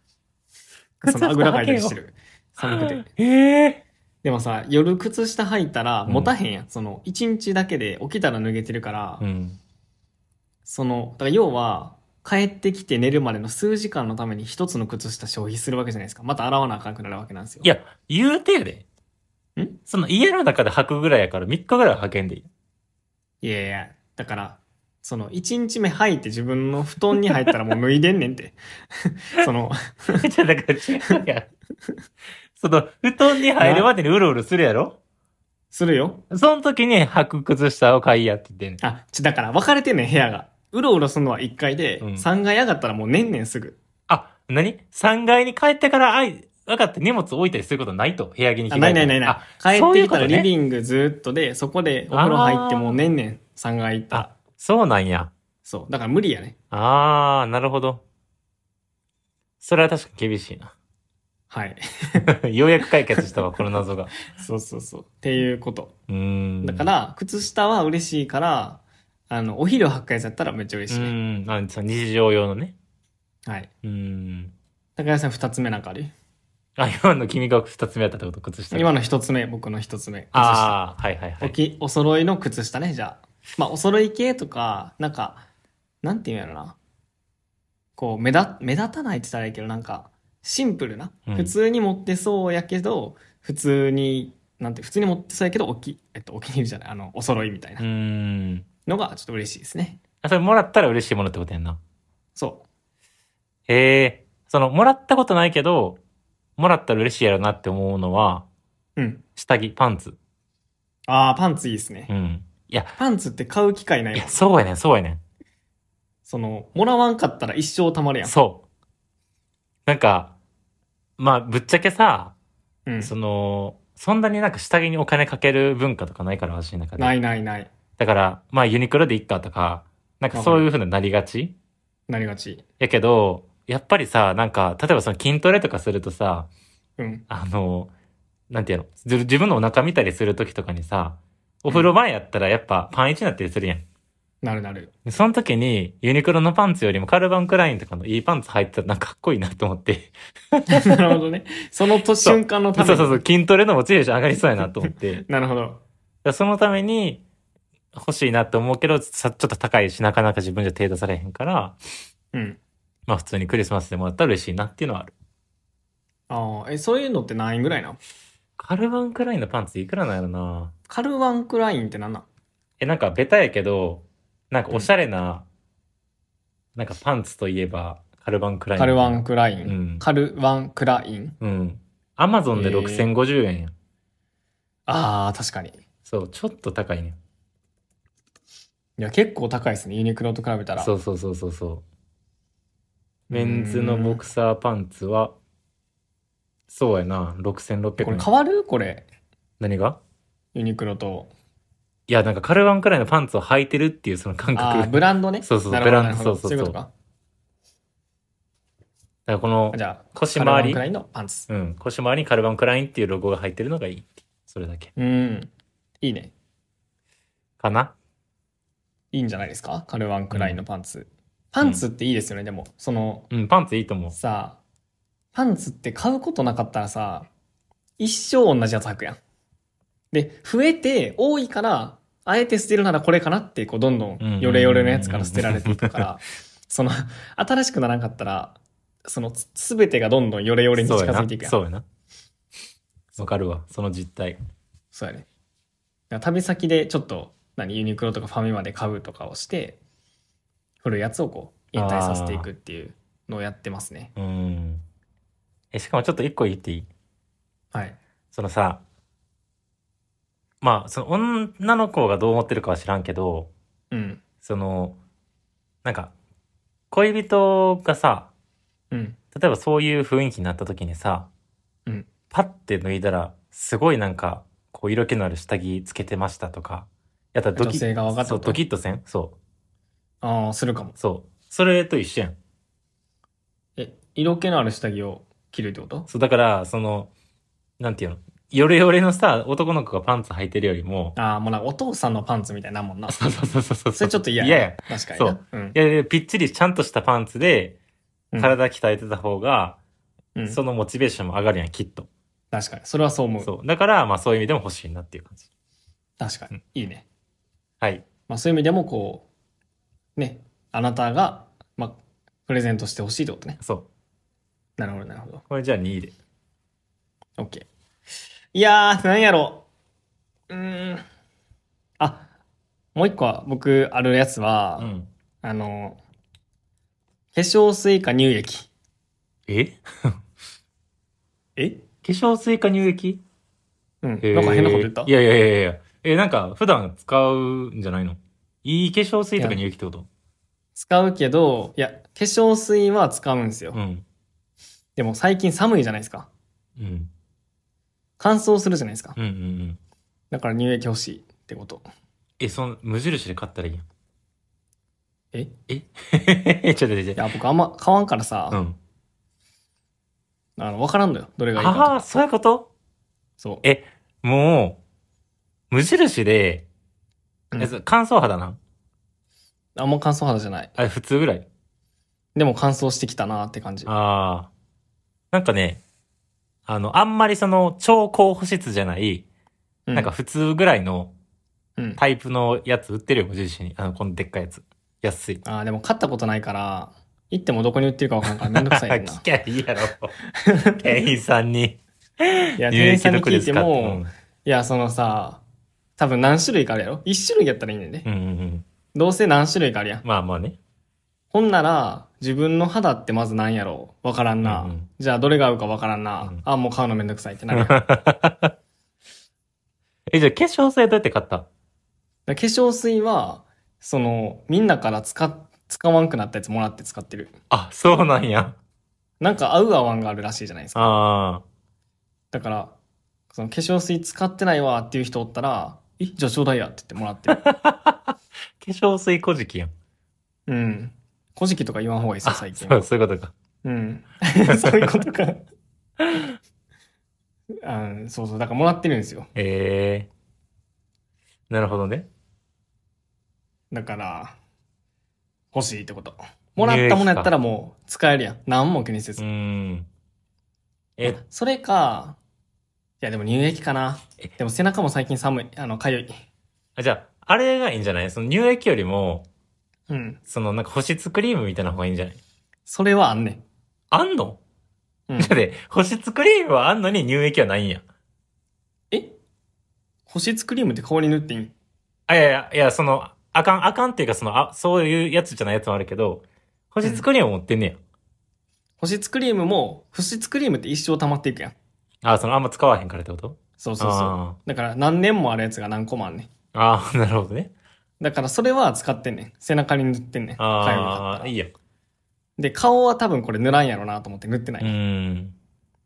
Speaker 1: ら。そのあぐらかいたりしてる。寒くて。
Speaker 2: ええ
Speaker 1: でもさ、夜靴下履いたら持たへんやん。その、一日だけで起きたら脱げてるから、
Speaker 2: うん。
Speaker 1: その、だから要は、帰ってきて寝るまでの数時間のために一つの靴下消費するわけじゃないですか。また洗わなあかんくなるわけなんですよ。
Speaker 2: いや、言うてやで。
Speaker 1: ん
Speaker 2: その家の中で履くぐらいやから3日ぐらいは履けんでいい。 (laughs)
Speaker 1: いやいや、だから、その、一日目履いて自分の布団に入ったらもう脱いでんねん
Speaker 2: (laughs)
Speaker 1: って。その、
Speaker 2: じゃあだから違うやん。その、布団に入るまでにうろうろするやろ
Speaker 1: するよ。
Speaker 2: その時に履く靴下を買いやって言ってんねん。
Speaker 1: あ、ちだから分かれてんねん、部屋が。うろうろするのは1階で、
Speaker 2: うん
Speaker 1: 3階上がったらもうねんねんすぐ。
Speaker 2: あ、何 ?3 階に帰ってから、あい、分かって荷物置いたりすることないと部屋着に着
Speaker 1: あ
Speaker 2: 替え
Speaker 1: ないないないな、い。
Speaker 2: あ
Speaker 1: 帰ってきたら
Speaker 2: そういうことね
Speaker 1: リビングずっとで、そこでお風呂入ってもうねんねん3階行ったら
Speaker 2: あ。、そうなんや。
Speaker 1: そう。だから無理やね。
Speaker 2: あー、なるほど。それは確かに厳しいな。
Speaker 1: はい。
Speaker 2: (laughs) ようやく解決したわ、この謎が。
Speaker 1: そうそうそう。っていうこと。
Speaker 2: うーん。
Speaker 1: だか、ら、靴下は嬉しいから、あの、お昼履くやつやったらめっちゃ
Speaker 2: う
Speaker 1: 嬉しいね。
Speaker 2: ーん。あその日常用のね。
Speaker 1: はい。
Speaker 2: うーん。
Speaker 1: 高橋さん2つ目なんかある
Speaker 2: あ、今の君が二つ目やったってこと靴下。
Speaker 1: 今の1つ目、僕の1つ目。靴下。
Speaker 2: ああ、はいはいは
Speaker 1: お
Speaker 2: い。
Speaker 1: き、お揃いの靴下ね、じゃあ。まあ、お揃い系とか、なんか、なんていうんやろな。こう、目立、目立たないって言ったらいいけど、なんか、シンプルな。
Speaker 2: うん
Speaker 1: 普通に持ってそうやけど、普通に、なんて、普通に持ってそうやけど、おき、えっと、お気に入りじゃない、あの、お揃いみたいう
Speaker 2: ー。
Speaker 1: なんのが、ちょっと嬉しいですね。
Speaker 2: あ、それもらったら嬉しいものってことやんな。
Speaker 1: そ
Speaker 2: へえ。その、もらったことないけど、もらったら嬉しいやろなって思うのは、
Speaker 1: う。うん。
Speaker 2: 下着、パンツ。
Speaker 1: ああ、パンツいいですね
Speaker 2: う。ん。いや、
Speaker 1: パンツって買う機会ないいわ
Speaker 2: や、そうやねん、そうやね
Speaker 1: その、もらわんかったら一生たまるや
Speaker 2: ん。
Speaker 1: ん。
Speaker 2: そう。なんか、まあ、ぶっちゃけさ、
Speaker 1: うん。
Speaker 2: その、そんなになんか下着にお金かける文化とかないから、私の中で。
Speaker 1: ないないない。
Speaker 2: だから、まあ、ユニクロでいっかとか、なんかそういう風になりがち
Speaker 1: なりがち。
Speaker 2: やけど、やっぱりさ、なんか、例えばその筋トレとかするとさ、
Speaker 1: うん。
Speaker 2: あの、なんていうの自自分のお腹見たりするときとかにさ、お風呂前やったらやっぱパン1になったりするやん。
Speaker 1: なるなる。
Speaker 2: でその時にユニクロのパンツよりもカルバンクラインとかのいいパンツ履いてたらなんかかっこいいなと思って。
Speaker 1: (laughs) なるほどね。そのと瞬間のた
Speaker 2: そう
Speaker 1: め
Speaker 2: そ
Speaker 1: に。
Speaker 2: うそう、筋トレのモチベーション上がりそうやなと思って。だか
Speaker 1: なるほど。
Speaker 2: らそのために欲しいなと思うけど、さちょっと高いしなかなか自分じゃ手出されへんから、
Speaker 1: うん。
Speaker 2: まあ普通にクリスマスでもらったら嬉しいなっていうのはある。
Speaker 1: ああ、え、そういうのって何円ぐらいなの
Speaker 2: カルバンクラインのパンツいくらなんやろな
Speaker 1: カルワンクラインって何なん
Speaker 2: え、なんかベタやけど、なんかおしゃれな、なんかパンツといえば、カルバンクライン。
Speaker 1: カルワンクライン。
Speaker 2: うん
Speaker 1: カルワンクライン。
Speaker 2: うん。アマゾンで
Speaker 1: へー
Speaker 2: 6050円やん。
Speaker 1: ああ、確かに。い
Speaker 2: そう、ちょっと高いね。
Speaker 1: や、結構高いですね。ユニクロと比べたら。
Speaker 2: そうそうそうそうそう。メンズのボクサーパンツは、そうやな、
Speaker 1: でこ
Speaker 2: 6600
Speaker 1: れ
Speaker 2: 円。
Speaker 1: 変わるこれ。
Speaker 2: 何が
Speaker 1: ユニクロと。
Speaker 2: いや、なんかカルバンクラインのパンツを履いてるっていうその感覚。
Speaker 1: あ
Speaker 2: だ
Speaker 1: あ、
Speaker 2: か
Speaker 1: ブランドね。
Speaker 2: そうそう
Speaker 1: なるほど
Speaker 2: ブラ
Speaker 1: なる
Speaker 2: ンド
Speaker 1: ほど
Speaker 2: そうそ
Speaker 1: そ
Speaker 2: う
Speaker 1: ういうこ
Speaker 2: そう
Speaker 1: とか。
Speaker 2: らこの
Speaker 1: あじゃあ、
Speaker 2: 腰
Speaker 1: カルワ
Speaker 2: 回
Speaker 1: ン
Speaker 2: り
Speaker 1: ク、ラインのパンツ。
Speaker 2: うん、腰回りにカルバンクラインっていうロゴが入ってるのがいいっていうそれだけ。
Speaker 1: うん。いいね。
Speaker 2: かな
Speaker 1: いいんじゃないですかカルワンクラインのパンツ。パンツっていいですよね、でも。その、
Speaker 2: うん、パンツいいと思う。
Speaker 1: さパンツって買うことなかったらさ一生同じやつ履くやんで増えて多いからあえて捨てるならこれかなってこうどんど
Speaker 2: うんうんう
Speaker 1: ん
Speaker 2: ん
Speaker 1: ヨレヨレのやつから捨てられていくからその新しくならんかったらそのつ全てがどんどんヨレヨレに近づいていくやん
Speaker 2: そうやな。そうやなわかるわ、その実態。
Speaker 1: そうやね。だから旅先でちょっと、何、ユニクロとかファミマで買うとかをして、古いやつをこう、引退させていくっていうのをやってますね。
Speaker 2: うん。え、しかもちょっと一個言っていい
Speaker 1: はい。
Speaker 2: そのさ、まあ、その女の子がどう思ってるかは知らんけど、
Speaker 1: うん。
Speaker 2: その、なんか、恋人がさ、
Speaker 1: うん。
Speaker 2: 例えばそういう雰囲気になった時にさ、
Speaker 1: うん
Speaker 2: パッて脱いだら、すごいなんか、こう色気のある下着つけてましたとか、やったらドキ
Speaker 1: 女性が分かった
Speaker 2: そ
Speaker 1: と
Speaker 2: う、ドキッとせんそ
Speaker 1: ああ、するかも。
Speaker 2: う、そう。それと一緒やん。
Speaker 1: え、色気のある下着を着るってこと
Speaker 2: そう、だから、その、なんていうの、ヨレヨレのさ、男の子がパンツ履いてるよりも、
Speaker 1: ああ、もうなんかお父さんのパンツみたいなもんな。
Speaker 2: (laughs) そうそうそうそうそう。
Speaker 1: それちょっと嫌や
Speaker 2: 嫌や。
Speaker 1: 確かにな。
Speaker 2: そう
Speaker 1: うん
Speaker 2: い。やいや、ぴっちりちゃんとしたパンツで、
Speaker 1: うん
Speaker 2: 体鍛えてた方が、
Speaker 1: うん
Speaker 2: そのモチベーションも上がるやん、きっと。
Speaker 1: 確かに。それはそう思う。
Speaker 2: そう。だから、まあそういう意味でも欲しいなっていう感じ。
Speaker 1: 確かに。いいね。
Speaker 2: はい。
Speaker 1: まあそういう意味でもこう、ね、あなたが、まあ、プレゼントしてほしいってことね。
Speaker 2: そう。
Speaker 1: なるほど、なるほど。
Speaker 2: これじゃあ2位で。
Speaker 1: OK。いやー、なんやろう。うーん。あ、もう一個は僕あるやつは、
Speaker 2: うん。
Speaker 1: あの、化粧水か乳液。
Speaker 2: え化
Speaker 1: え
Speaker 2: 粧水か乳液
Speaker 1: うん。なんか変なこと言った
Speaker 2: いやいやいやいや。え、なんか普段使うんじゃないのいい化粧水とか乳液ってこと
Speaker 1: 使うけど、いや、化粧水は使うんですよ。
Speaker 2: うん。
Speaker 1: でも最近寒いじゃないですか。
Speaker 2: うん。
Speaker 1: 乾燥するじゃないですか。
Speaker 2: うんうんうん。
Speaker 1: だから乳液欲しいってこと。
Speaker 2: え、その、無印で買ったらいいやん。
Speaker 1: えい
Speaker 2: え (laughs) ちょっと待って。
Speaker 1: や、僕あんま買わんからさ、
Speaker 2: うん。
Speaker 1: あの、わからんのよ。どれがいいかと
Speaker 2: あ
Speaker 1: か。
Speaker 2: あ、そういうこと
Speaker 1: そう。
Speaker 2: え、もう、無印で、
Speaker 1: うん
Speaker 2: えそ乾燥肌なん
Speaker 1: あんま乾燥肌じゃない。
Speaker 2: あれ普通ぐらい。
Speaker 1: でも乾燥してきたなって感じ。
Speaker 2: ああ。なんかね、あの、あんまりその、超高保湿じゃない、
Speaker 1: う
Speaker 2: なんか、普通ぐらいの
Speaker 1: うん。
Speaker 2: タイプのやつ売ってるよ、無印に。あの、このでっかいやつ。安い。
Speaker 1: ああ、でも買ったことないから、行ってもどこに売ってるかわからん
Speaker 2: (laughs)
Speaker 1: からめんどくさいねんな
Speaker 2: 聞。きゃいいやろ。
Speaker 1: (laughs)
Speaker 2: 店員さんに。
Speaker 1: いや、
Speaker 2: 乳
Speaker 1: 店員さ
Speaker 2: 液
Speaker 1: ん
Speaker 2: ど
Speaker 1: に
Speaker 2: こ
Speaker 1: 聞
Speaker 2: で
Speaker 1: い
Speaker 2: す
Speaker 1: て
Speaker 2: かって
Speaker 1: も、いや、そのさ、多分何種類かあるやろ一種類やったらいいねんね
Speaker 2: う。んうんうんうん。
Speaker 1: どうせ何種類かあるやん。
Speaker 2: まあまあね。
Speaker 1: ほんなら、自分の肌ってまず何やろわからんな。
Speaker 2: うんうん
Speaker 1: じゃあ、どれが合うかわからんな。
Speaker 2: うん
Speaker 1: あ、もう買うのめんどくさいってな
Speaker 2: (laughs)
Speaker 1: るやん。だか
Speaker 2: え、じゃあ化粧水どうやって買った
Speaker 1: ら化粧水は、その、みんなから使っ、使わんくなったやつもらって使ってる。
Speaker 2: あ、そうなんや。
Speaker 1: なんか合う合わんがあるらしいじゃないですか。
Speaker 2: ああ。
Speaker 1: だから、その化粧水使ってないわっていう人おったら、え、じゃあちょうだいやって言ってもらってる。
Speaker 2: (laughs) 化粧水こじきやん。
Speaker 1: うん。古事記とか言わん方がいいです
Speaker 2: あ、
Speaker 1: よ、最近
Speaker 2: そう、
Speaker 1: は。
Speaker 2: そういうことか。
Speaker 1: うん。 (laughs) そういうことか。 (laughs) あそうそう、だからもらってるんですよ。
Speaker 2: ええなるほどね。
Speaker 1: だから、欲しいってこと。もらったものやったらもう使えるやん。何も気にせ
Speaker 2: う
Speaker 1: ず。
Speaker 2: ん。え、
Speaker 1: それか、いやでも乳液かな。でも背中も最近寒い。あの、かゆい。
Speaker 2: あじゃあ、あれがいいんじゃないその乳液よりも、
Speaker 1: うん。
Speaker 2: そのなんか保湿クリームみたいな方がいいんじゃない
Speaker 1: それはあんねん。
Speaker 2: あんの、
Speaker 1: うん
Speaker 2: だって、保湿クリームはあんのに乳液はないんや。
Speaker 1: え保湿クリームって顔に塗っていい
Speaker 2: あ、いやいや、いや、その、あかん、あかんっていうか、その、あ、そういうやつじゃないやつもあるけど、保湿クリーム持ってんねや。
Speaker 1: 保湿クリームも、保湿クリームって一生溜まっていくやん。
Speaker 2: あ、その、あんま使わへんからってこと
Speaker 1: そうそうそう
Speaker 2: あ。
Speaker 1: だから何年もあるやつが何個もあんねん。
Speaker 2: ああ、なるほどね。
Speaker 1: だからそれは使ってんねん。背中に塗ってんねん。痒いのがあっ
Speaker 2: あ
Speaker 1: た
Speaker 2: あ、
Speaker 1: ら
Speaker 2: いいや。
Speaker 1: で、顔は多分これ塗らんやろなと思って塗ってな
Speaker 2: う
Speaker 1: い。
Speaker 2: ん。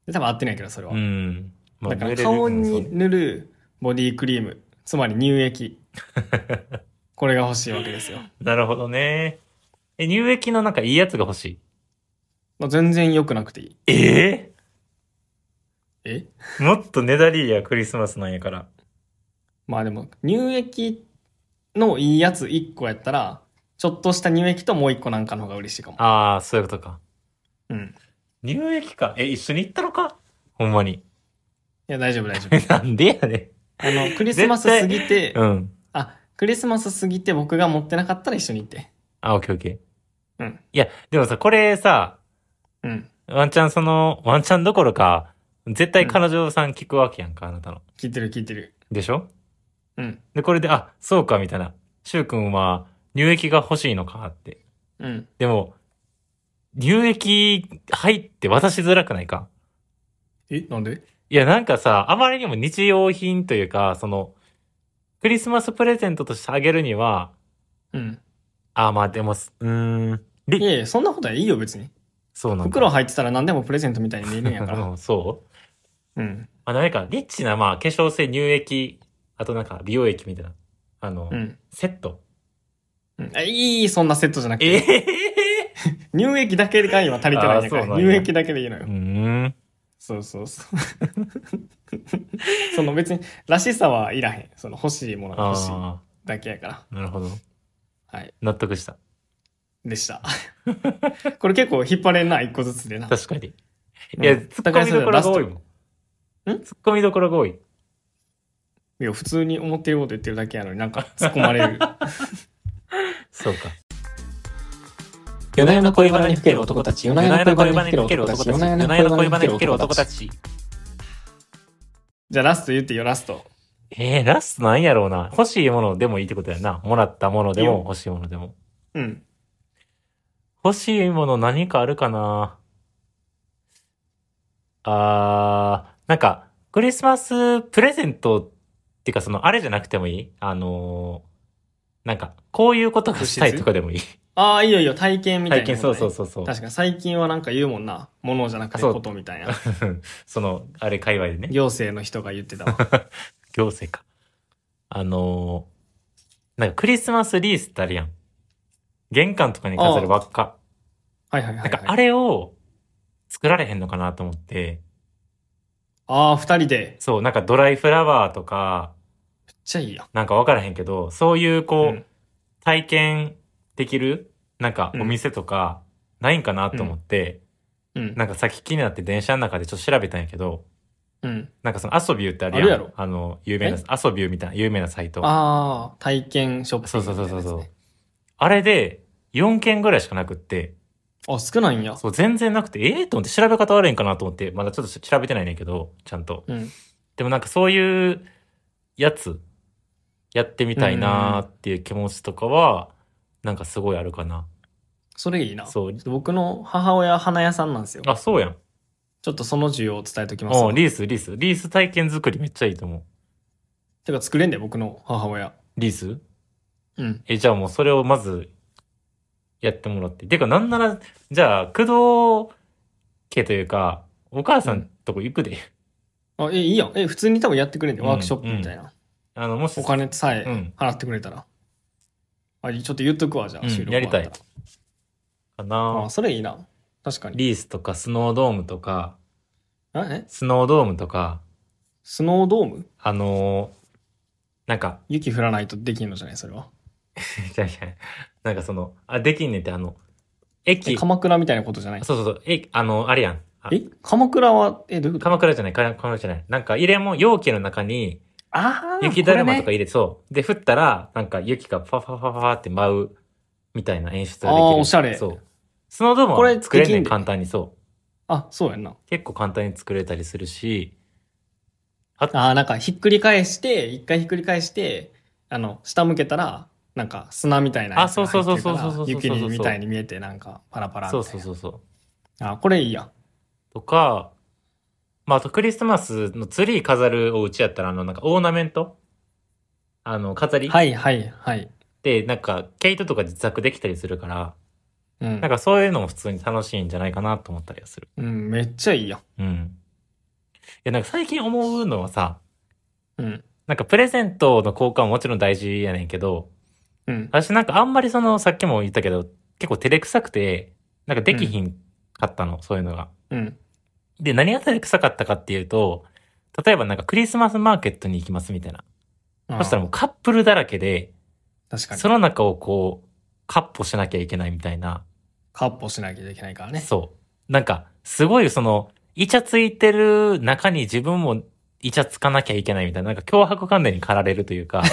Speaker 1: で、多分合ってないけど、それは
Speaker 2: う。ん。まあ
Speaker 1: だから
Speaker 2: 濡れる
Speaker 1: 顔
Speaker 2: うんそうね
Speaker 1: に塗るボディクリーム、つまり乳
Speaker 2: (laughs)
Speaker 1: 液。これが欲しいわけですよ。
Speaker 2: なるほどね。え、乳液のなんかいいやつが欲しい。
Speaker 1: まあ、全然良くなくていい。
Speaker 2: ええ
Speaker 1: え
Speaker 2: もっとねだりやクリスマスなんやから。
Speaker 1: まあでも、乳液のいいやつ1個やったら、ちょっとした乳液ともう1個なんかの方が嬉しいかも。
Speaker 2: ああ、そういうことか。
Speaker 1: うん。
Speaker 2: 乳液か。え、一緒に行ったのかほんまに。 (laughs)
Speaker 1: いや、大丈夫大丈夫
Speaker 2: え。なんでやね
Speaker 1: あの、クリスマス
Speaker 2: 絶対
Speaker 1: 過ぎて
Speaker 2: ん。、うん。
Speaker 1: あ、クリスマス過ぎて僕が持ってなかったら一緒に行って。
Speaker 2: あ、オッケーオッケー。
Speaker 1: うん。
Speaker 2: いや、でもさ、これさ、
Speaker 1: うん。
Speaker 2: ワンチャンその、ワンチャンどころか、絶対彼女さん聞くわけやんか、あなたの。
Speaker 1: 聞いてる聞いてる。
Speaker 2: でしょ
Speaker 1: うん。
Speaker 2: で、これで、あ、そうか、みたいな。シュウ君は、乳液が欲しいのかって。
Speaker 1: うん。
Speaker 2: でも、乳液入って渡しづらくないか
Speaker 1: え、なんで
Speaker 2: いや、なんかさ、あまりにも日用品というか、その、クリスマスプレゼントとしてあげるには、
Speaker 1: うん。
Speaker 2: あ、まあでも、うーん、
Speaker 1: いやいや、そんなことはいいよ別に。
Speaker 2: そうなんだ。
Speaker 1: 袋入ってたら何でもプレゼントみたいに見えるんやから。
Speaker 2: (laughs) うんそう
Speaker 1: うん。
Speaker 2: あ、何か、リッチな、まあ、化粧水、乳液、あとなんか、美容液みたいな。あの、
Speaker 1: うん。
Speaker 2: セット。
Speaker 1: うんあいい、そんなセットじゃなく
Speaker 2: え
Speaker 1: て。
Speaker 2: え
Speaker 1: 乳液だけが今足りてないんやか
Speaker 2: あ
Speaker 1: ら
Speaker 2: ーそうなんや
Speaker 1: 乳液だけでいいの
Speaker 2: ー、う
Speaker 1: よ。
Speaker 2: ーん。
Speaker 1: そうそうそう。 (laughs) その別に、らしさはいらへん。その欲しいものが欲しい
Speaker 2: あ
Speaker 1: だけやから。
Speaker 2: あ、なるほど。
Speaker 1: はい。
Speaker 2: 納得した。
Speaker 1: でした。 (laughs) これ結構引っ張れんな、一個ずつでな。
Speaker 2: 確かに。い
Speaker 1: うん
Speaker 2: や、突っ込みどころが多いも
Speaker 1: ラス
Speaker 2: ん。
Speaker 1: ト
Speaker 2: 突っ込みどころが多い。
Speaker 1: いや、普通に思ってること言ってるだけやのになんか突っ込まれ
Speaker 2: (laughs)
Speaker 1: る。
Speaker 2: そうか。
Speaker 1: 夜な夜な恋バナに
Speaker 2: 吹ける
Speaker 1: 男たち。夜
Speaker 2: 夜な夜な恋バネに吹ける男たち。夜な夜な恋バネに吹ける男た。ち。
Speaker 1: じゃあラスト言ってよ、ラスト。
Speaker 2: えー、ラストなんやろうな。欲しいものでもいいってことやな。もらったもので
Speaker 1: いい
Speaker 2: も
Speaker 1: よ
Speaker 2: 欲しいものでも。
Speaker 1: うん。
Speaker 2: 欲しいもの何かあるかなあー、なんか、クリスマスプレゼントっていうかその、あれじゃなくてもいいあのーなんか、こういうことがしたいとかでもいい。
Speaker 1: ああ、いいよいいよ、体験みたいな
Speaker 2: 体
Speaker 1: もんね、
Speaker 2: 験、そうそうそうそう。
Speaker 1: 確かに最近はなんか言うもんな。ものじゃなくて
Speaker 2: そう
Speaker 1: ことみたいな。
Speaker 2: (laughs) その、あれ、界隈でね。
Speaker 1: 行政の人が言って
Speaker 2: (laughs)
Speaker 1: たわ。
Speaker 2: 行政か。あのーなんかクリスマスリースってあるやん。玄関とかに飾る輪っか。
Speaker 1: はいはいはい、は。
Speaker 2: ないんかあれを作られへんのかなと思って。
Speaker 1: ああ、二人で。めっ
Speaker 2: そう、なんかドライフラワーとか、
Speaker 1: ちゃいいやん。
Speaker 2: なんかわからへんけど、そういうこう、
Speaker 1: うん
Speaker 2: 体験できる、なんかお店とか、ないんかなと思って、
Speaker 1: うん。
Speaker 2: なんかさっき気になって電車の中でちょっと調べたんやけど、
Speaker 1: うん。
Speaker 2: なんかそのアソビューってあるやん。
Speaker 1: あるやろ
Speaker 2: あの、有名な、アソビューみたいな、有名なサイト。
Speaker 1: ああ、体験ショップ、
Speaker 2: そうそうそうそうそう。あれで、4件ぐらいしかなくって、
Speaker 1: あ、少ないんや。
Speaker 2: そう、全然なくて、ええと思って調べ方悪いんかなと思って、まだちょっと調べてないねんけど、ちゃんと。
Speaker 1: うん。
Speaker 2: でもなんかそういうやつ、やってみたいなーっていう気持ちとかは、なんかすごいあるかな。
Speaker 1: それいいな。
Speaker 2: そう
Speaker 1: ちょっと僕の母親花屋さんなんですよ。
Speaker 2: あ、そうやん。
Speaker 1: ちょっとその需要を伝えときます
Speaker 2: お
Speaker 1: わ。
Speaker 2: うリース、リース。リース体験作りめっちゃいいと思
Speaker 1: てか作れんだよ、僕の母親。
Speaker 2: う。リース
Speaker 1: うん。
Speaker 2: え、じゃあもうそれをまず、やってもらって。てか、なんなら、じゃあ、工藤家というか、お母さんとこ行くで。
Speaker 1: あ、え、いいやん。え、普通に多分やってくれんだよ、
Speaker 2: うん
Speaker 1: ワークショップみたいな。
Speaker 2: あの、もし、
Speaker 1: お金さえ
Speaker 2: うん
Speaker 1: 払ってくれたら。あ、ちょっと言っとくわ、じゃ
Speaker 2: う
Speaker 1: あ、
Speaker 2: ん
Speaker 1: 収録
Speaker 2: やりたい
Speaker 1: 終わっ
Speaker 2: か
Speaker 1: たら
Speaker 2: な
Speaker 1: あ、それいいな。確かに。
Speaker 2: リースとか、スノードームとか、
Speaker 1: あえ
Speaker 2: スノードームとか、
Speaker 1: スノードーム
Speaker 2: あのーなんか、
Speaker 1: 雪降らないとできんのじゃないそれは。
Speaker 2: じゃじゃなんかその、あ、できんねんって、あの、駅、
Speaker 1: え
Speaker 2: そう
Speaker 1: 鎌倉みたいなことじゃない
Speaker 2: そうそう、え、あの、あれやん。あ
Speaker 1: え鎌倉は、え、どういうこと
Speaker 2: 鎌倉じゃない、か鎌倉じゃない。なんか入れも容器の中に
Speaker 1: ああ、
Speaker 2: 雪だるまと
Speaker 1: こ
Speaker 2: か
Speaker 1: れね
Speaker 2: 入れて、そう。で、降ったら、なんか雪がパファファファファって舞う、みたいな演出ができる。
Speaker 1: あーおしゃれ
Speaker 2: そう。スノードーム
Speaker 1: これ
Speaker 2: は作れん
Speaker 1: でき
Speaker 2: ね
Speaker 1: ん
Speaker 2: ん、
Speaker 1: で
Speaker 2: 簡単に、そう。
Speaker 1: あ、そうやんな。
Speaker 2: 結構簡単に作れたりするし、
Speaker 1: ああ、なんかひっくり返して、一回ひっくり返して、あの、下向けたら、なんか砂みたいなやつが入ってるから。
Speaker 2: あそうそうそうそうそうそうそう
Speaker 1: 雪にみたいに見えて、なんかパラパラみたい
Speaker 2: そう
Speaker 1: な。
Speaker 2: そうそうそう。
Speaker 1: あ、これいいや。
Speaker 2: とか、まあ、あとクリスマスのツリー飾るお家やったら、あの、なんかオーナメントあの、飾り
Speaker 1: はいはいはい。
Speaker 2: で、なんか、毛糸とか自作できたりするから、
Speaker 1: うん
Speaker 2: なん。かそういうのも普通に楽しいんじゃないかなと思ったりはする。
Speaker 1: うん、めっちゃいいや。
Speaker 2: うん。いや、なんか最近思うのはさ、
Speaker 1: うん。
Speaker 2: なんかプレゼントの交換ももちろん大事やねんけど、
Speaker 1: うん。
Speaker 2: 私なんかあんまりその、さっきも言ったけど、結構照れくさくて、なんかできひんかったの、そういうのが。
Speaker 1: うん。
Speaker 2: で、何が照れくさかったかっていうと、例えばなんかクリスマスマーケットに行きますみたいな。そしたら
Speaker 1: あ
Speaker 2: もうカップルだらけで、
Speaker 1: ー確かに
Speaker 2: そ。の中をこう、カッポしなきゃいけないみたいな。
Speaker 1: カッポしなきゃいけないからね。
Speaker 2: そう。なんか、すごいその、イチャついてる中に自分もイチャつかなきゃいけないみたいな、なんか脅迫観念に駆られるとい
Speaker 1: (laughs)
Speaker 2: うか、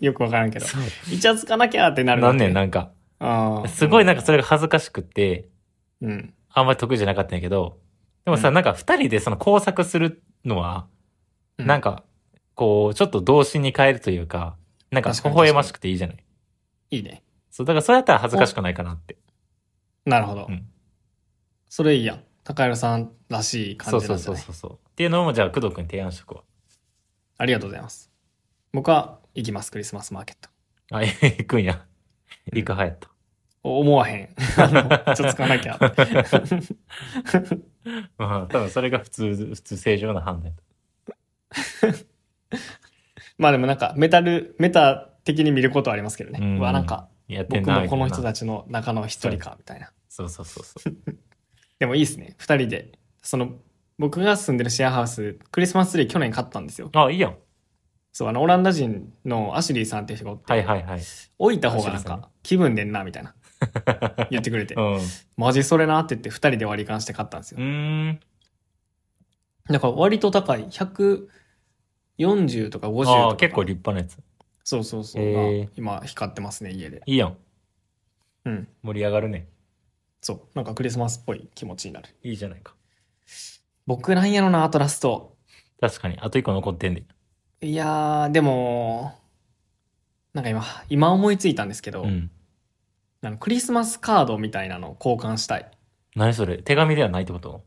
Speaker 1: よくわからんけど。
Speaker 2: そう
Speaker 1: イチャつかなきゃってなる
Speaker 2: なんねん、
Speaker 1: な。
Speaker 2: なんか、
Speaker 1: あー
Speaker 2: すごいなんか、それが恥ずかしくって、
Speaker 1: うん。
Speaker 2: あんまり得意じゃなかったんやけど、でもさ、
Speaker 1: うん
Speaker 2: なんか二人でその工作するのは、なん
Speaker 1: か、
Speaker 2: か、こう、ちょっと動詞に変えるというか、なんか、
Speaker 1: 確か
Speaker 2: 微
Speaker 1: に
Speaker 2: 笑ましくていいじゃない。
Speaker 1: いいね。
Speaker 2: そう、だからそうやったら恥ずかしくないかなって。
Speaker 1: なるほど
Speaker 2: うん。
Speaker 1: それいいや。高弘さんらしい
Speaker 2: そ
Speaker 1: 感
Speaker 2: う
Speaker 1: じ
Speaker 2: そ
Speaker 1: な
Speaker 2: うん
Speaker 1: じゃ
Speaker 2: そう
Speaker 1: ない
Speaker 2: そうそう。っていうのも、じゃあ、工藤くんに提案しとくわ。
Speaker 1: ありがとうございます。僕は行きます、クリスマスマーケット。
Speaker 2: あ、 (laughs) 行くんや。行く派や
Speaker 1: (laughs)
Speaker 2: った。
Speaker 1: お思わへ
Speaker 2: (laughs)
Speaker 1: ん。あの、ちょっとつかなきゃ。 (laughs)
Speaker 2: まあ、多分それが普通、普通正常な判断。
Speaker 1: まあでもなんか、メタル、メタ的に見ることはありますけどね。
Speaker 2: うん
Speaker 1: うわ、なんか、
Speaker 2: やってん
Speaker 1: 僕
Speaker 2: な
Speaker 1: もこの人
Speaker 2: ち。
Speaker 1: たちの中の一人か、みたいな。
Speaker 2: そうそうそうそう。
Speaker 1: でもいいですね。二人で、その、僕が住んでるシェアハウス、クリスマスツリー去年買ったんですよ。
Speaker 2: あ、いいやん。
Speaker 1: そう、あの、オランダ人のアシュリーさんって人がおって、
Speaker 2: はいはいはい。
Speaker 1: 置いた方がなん
Speaker 2: アシュリーさん
Speaker 1: か気分でんな、みたいな、言ってくれて
Speaker 2: (laughs) う、ん。う
Speaker 1: マジそれなって言って二人で割り勘して買ったんですよ。
Speaker 2: ーん。
Speaker 1: だから割と高い、140とか50と
Speaker 2: あ
Speaker 1: か。
Speaker 2: あ、結構立派なやつ。
Speaker 1: そうそうそう。
Speaker 2: へー
Speaker 1: が今光ってますね、家で。
Speaker 2: いいやん。
Speaker 1: うん。
Speaker 2: 盛り上がるね。
Speaker 1: そう。なんかクリスマスっぽい気持ちになる。
Speaker 2: いいじゃないか。
Speaker 1: 僕なんやろな、あとラスト。
Speaker 2: 確かに。あと一個残ってんで。
Speaker 1: いやー、でも、なんか今、今思いついたんですけど、
Speaker 2: うん。
Speaker 1: あのクリスマスカードみたいなのを交換したい。
Speaker 2: 何それ手紙ではないってこと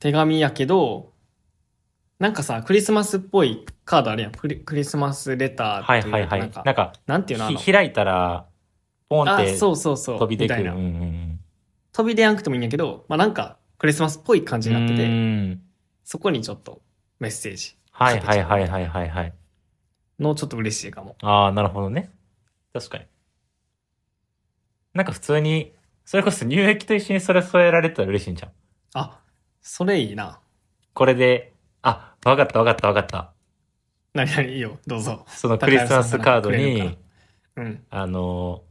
Speaker 1: 手紙やけど、なんかさ、クリスマスっぽいカードあるやん。クリクリスマスレター
Speaker 2: はい
Speaker 1: っていうか
Speaker 2: はいは
Speaker 1: な
Speaker 2: い。なんん
Speaker 1: か、
Speaker 2: か、
Speaker 1: なんていうのあの
Speaker 2: ひ開いたら、ポンっ
Speaker 1: あ、
Speaker 2: て
Speaker 1: そうそうそう。
Speaker 2: 飛び出てく
Speaker 1: み
Speaker 2: る。
Speaker 1: た
Speaker 2: う
Speaker 1: い
Speaker 2: ん
Speaker 1: な
Speaker 2: うんうん。
Speaker 1: 飛び出なくてもいいんやけど、まあなんか、クリスマスっぽい感じになって
Speaker 2: う
Speaker 1: て、
Speaker 2: ーん
Speaker 1: そこにちょっとメッセージ
Speaker 2: はいはいはいはいはいはい。
Speaker 1: のちょっと嬉しいかも。
Speaker 2: ああ、なるほどね。確かに。なんか普通に、それこそ乳液と一緒にそれ添えられたら嬉しいんじゃん。
Speaker 1: あ、それいいな。
Speaker 2: これで、あ、わかったわかったわかった。
Speaker 1: なになにいいよ、どうぞ。
Speaker 2: そのクリスマスカード
Speaker 1: 高橋さんなん
Speaker 2: に
Speaker 1: か、うん、
Speaker 2: あのー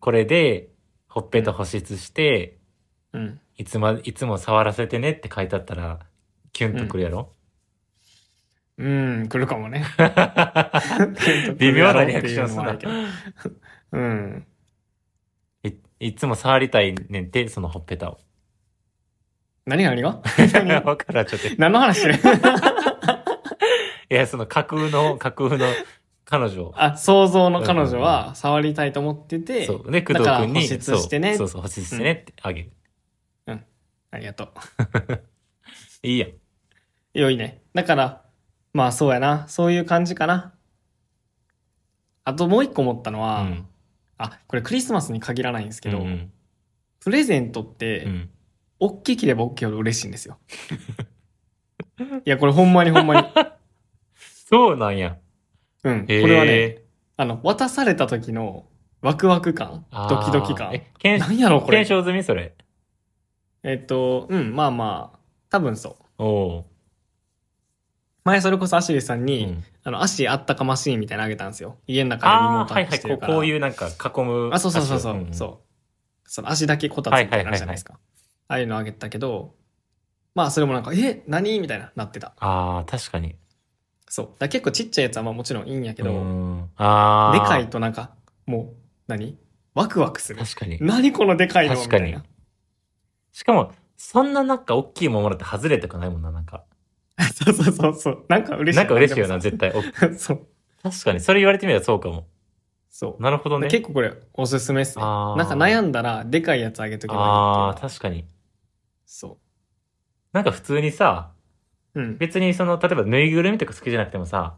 Speaker 2: これで、ほっぺた保湿して、
Speaker 1: うん。
Speaker 2: いつま、いつも触らせてねって書いてあったら、キュンとくるやろ、
Speaker 1: うん、来るかも
Speaker 2: (laughs)
Speaker 1: ね。
Speaker 2: 微妙なリアクションすな
Speaker 1: っていうのもあるけどうん。
Speaker 2: い、いつも触りたいねんて、そのほっぺたを。
Speaker 1: 何が何が
Speaker 2: (laughs) わからんちょっ (laughs) と。い
Speaker 1: 何の話してる
Speaker 2: や、その架空の、架空の彼女を。
Speaker 1: あ、想像の彼女は触りたいと思ってて、
Speaker 2: そう。で、工
Speaker 1: だ
Speaker 2: 藤君に。
Speaker 1: から保湿してね
Speaker 2: そうそうそう、保湿してねってあげる。
Speaker 1: ありがとう。
Speaker 2: いいやん。
Speaker 1: 良いね。だから、まあそうやな。そういう感じかな。あともう一個思ったのは、
Speaker 2: うん
Speaker 1: あ、これクリスマスに限らないんですけど、
Speaker 2: うん
Speaker 1: プレゼントって、
Speaker 2: うん。
Speaker 1: 大きければ大きいほど嬉しいんですよ。 (laughs) いや、これほんまにほん
Speaker 2: (laughs)
Speaker 1: まに。
Speaker 2: そうなんや。
Speaker 1: うん。こ
Speaker 2: へー
Speaker 1: れはね、あの、渡された時のワクワク感、
Speaker 2: あ
Speaker 1: ド
Speaker 2: ー
Speaker 1: キドキ感。
Speaker 2: え、検
Speaker 1: 何やろ、これ
Speaker 2: 検。証済みそれ。
Speaker 1: えっと、うん、まあまあ、多分そう。
Speaker 2: おお
Speaker 1: 前それこそアシュリーさん
Speaker 2: ー。
Speaker 1: に、
Speaker 2: うん
Speaker 1: あの、足あったかましいみたいなのあげたんですよ。家の中でリモ
Speaker 2: あ
Speaker 1: ー
Speaker 2: あ、
Speaker 1: ト
Speaker 2: は
Speaker 1: ア
Speaker 2: い
Speaker 1: ップ
Speaker 2: はい。
Speaker 1: して
Speaker 2: こ
Speaker 1: る
Speaker 2: う
Speaker 1: から。
Speaker 2: こういうなんか囲む。
Speaker 1: あ、そうそうそうそう。
Speaker 2: 足をんん
Speaker 1: そう。その足だけこたつみたいなのあるじゃないですか。ああいうのあげたけど、まあそれもなんか、え、何みたいな、なってた。
Speaker 2: ああ、確かに。
Speaker 1: そう。だから結構ちっちゃいやつはまあもちろんいいんやけど、
Speaker 2: うんああ。
Speaker 1: でかい。となんか、もう、何ワクワクする。
Speaker 2: 確かに。
Speaker 1: 何このでかいのみ
Speaker 2: 確
Speaker 1: た
Speaker 2: か
Speaker 1: い
Speaker 2: に
Speaker 1: な。
Speaker 2: しかも、そんななんか大きいものって外れたくないもんな、なんか。
Speaker 1: そうそうそうそう。なんか嬉しい。
Speaker 2: なんか嬉しいよな、
Speaker 1: で
Speaker 2: 絶対。お
Speaker 1: もさそう。
Speaker 2: 確かに。それ言われてみればそうかも。
Speaker 1: そう。
Speaker 2: なるほどね。
Speaker 1: 結構これおすすめっすね。
Speaker 2: あー
Speaker 1: なんか悩んだら、でかいやつあげとけばいい
Speaker 2: あ
Speaker 1: って
Speaker 2: あ、
Speaker 1: いう。
Speaker 2: 確かに。
Speaker 1: そ
Speaker 2: なんか普通にさ、
Speaker 1: う。うん。
Speaker 2: 別にその、例えばぬいぐるみとか好きじゃなくてもさ、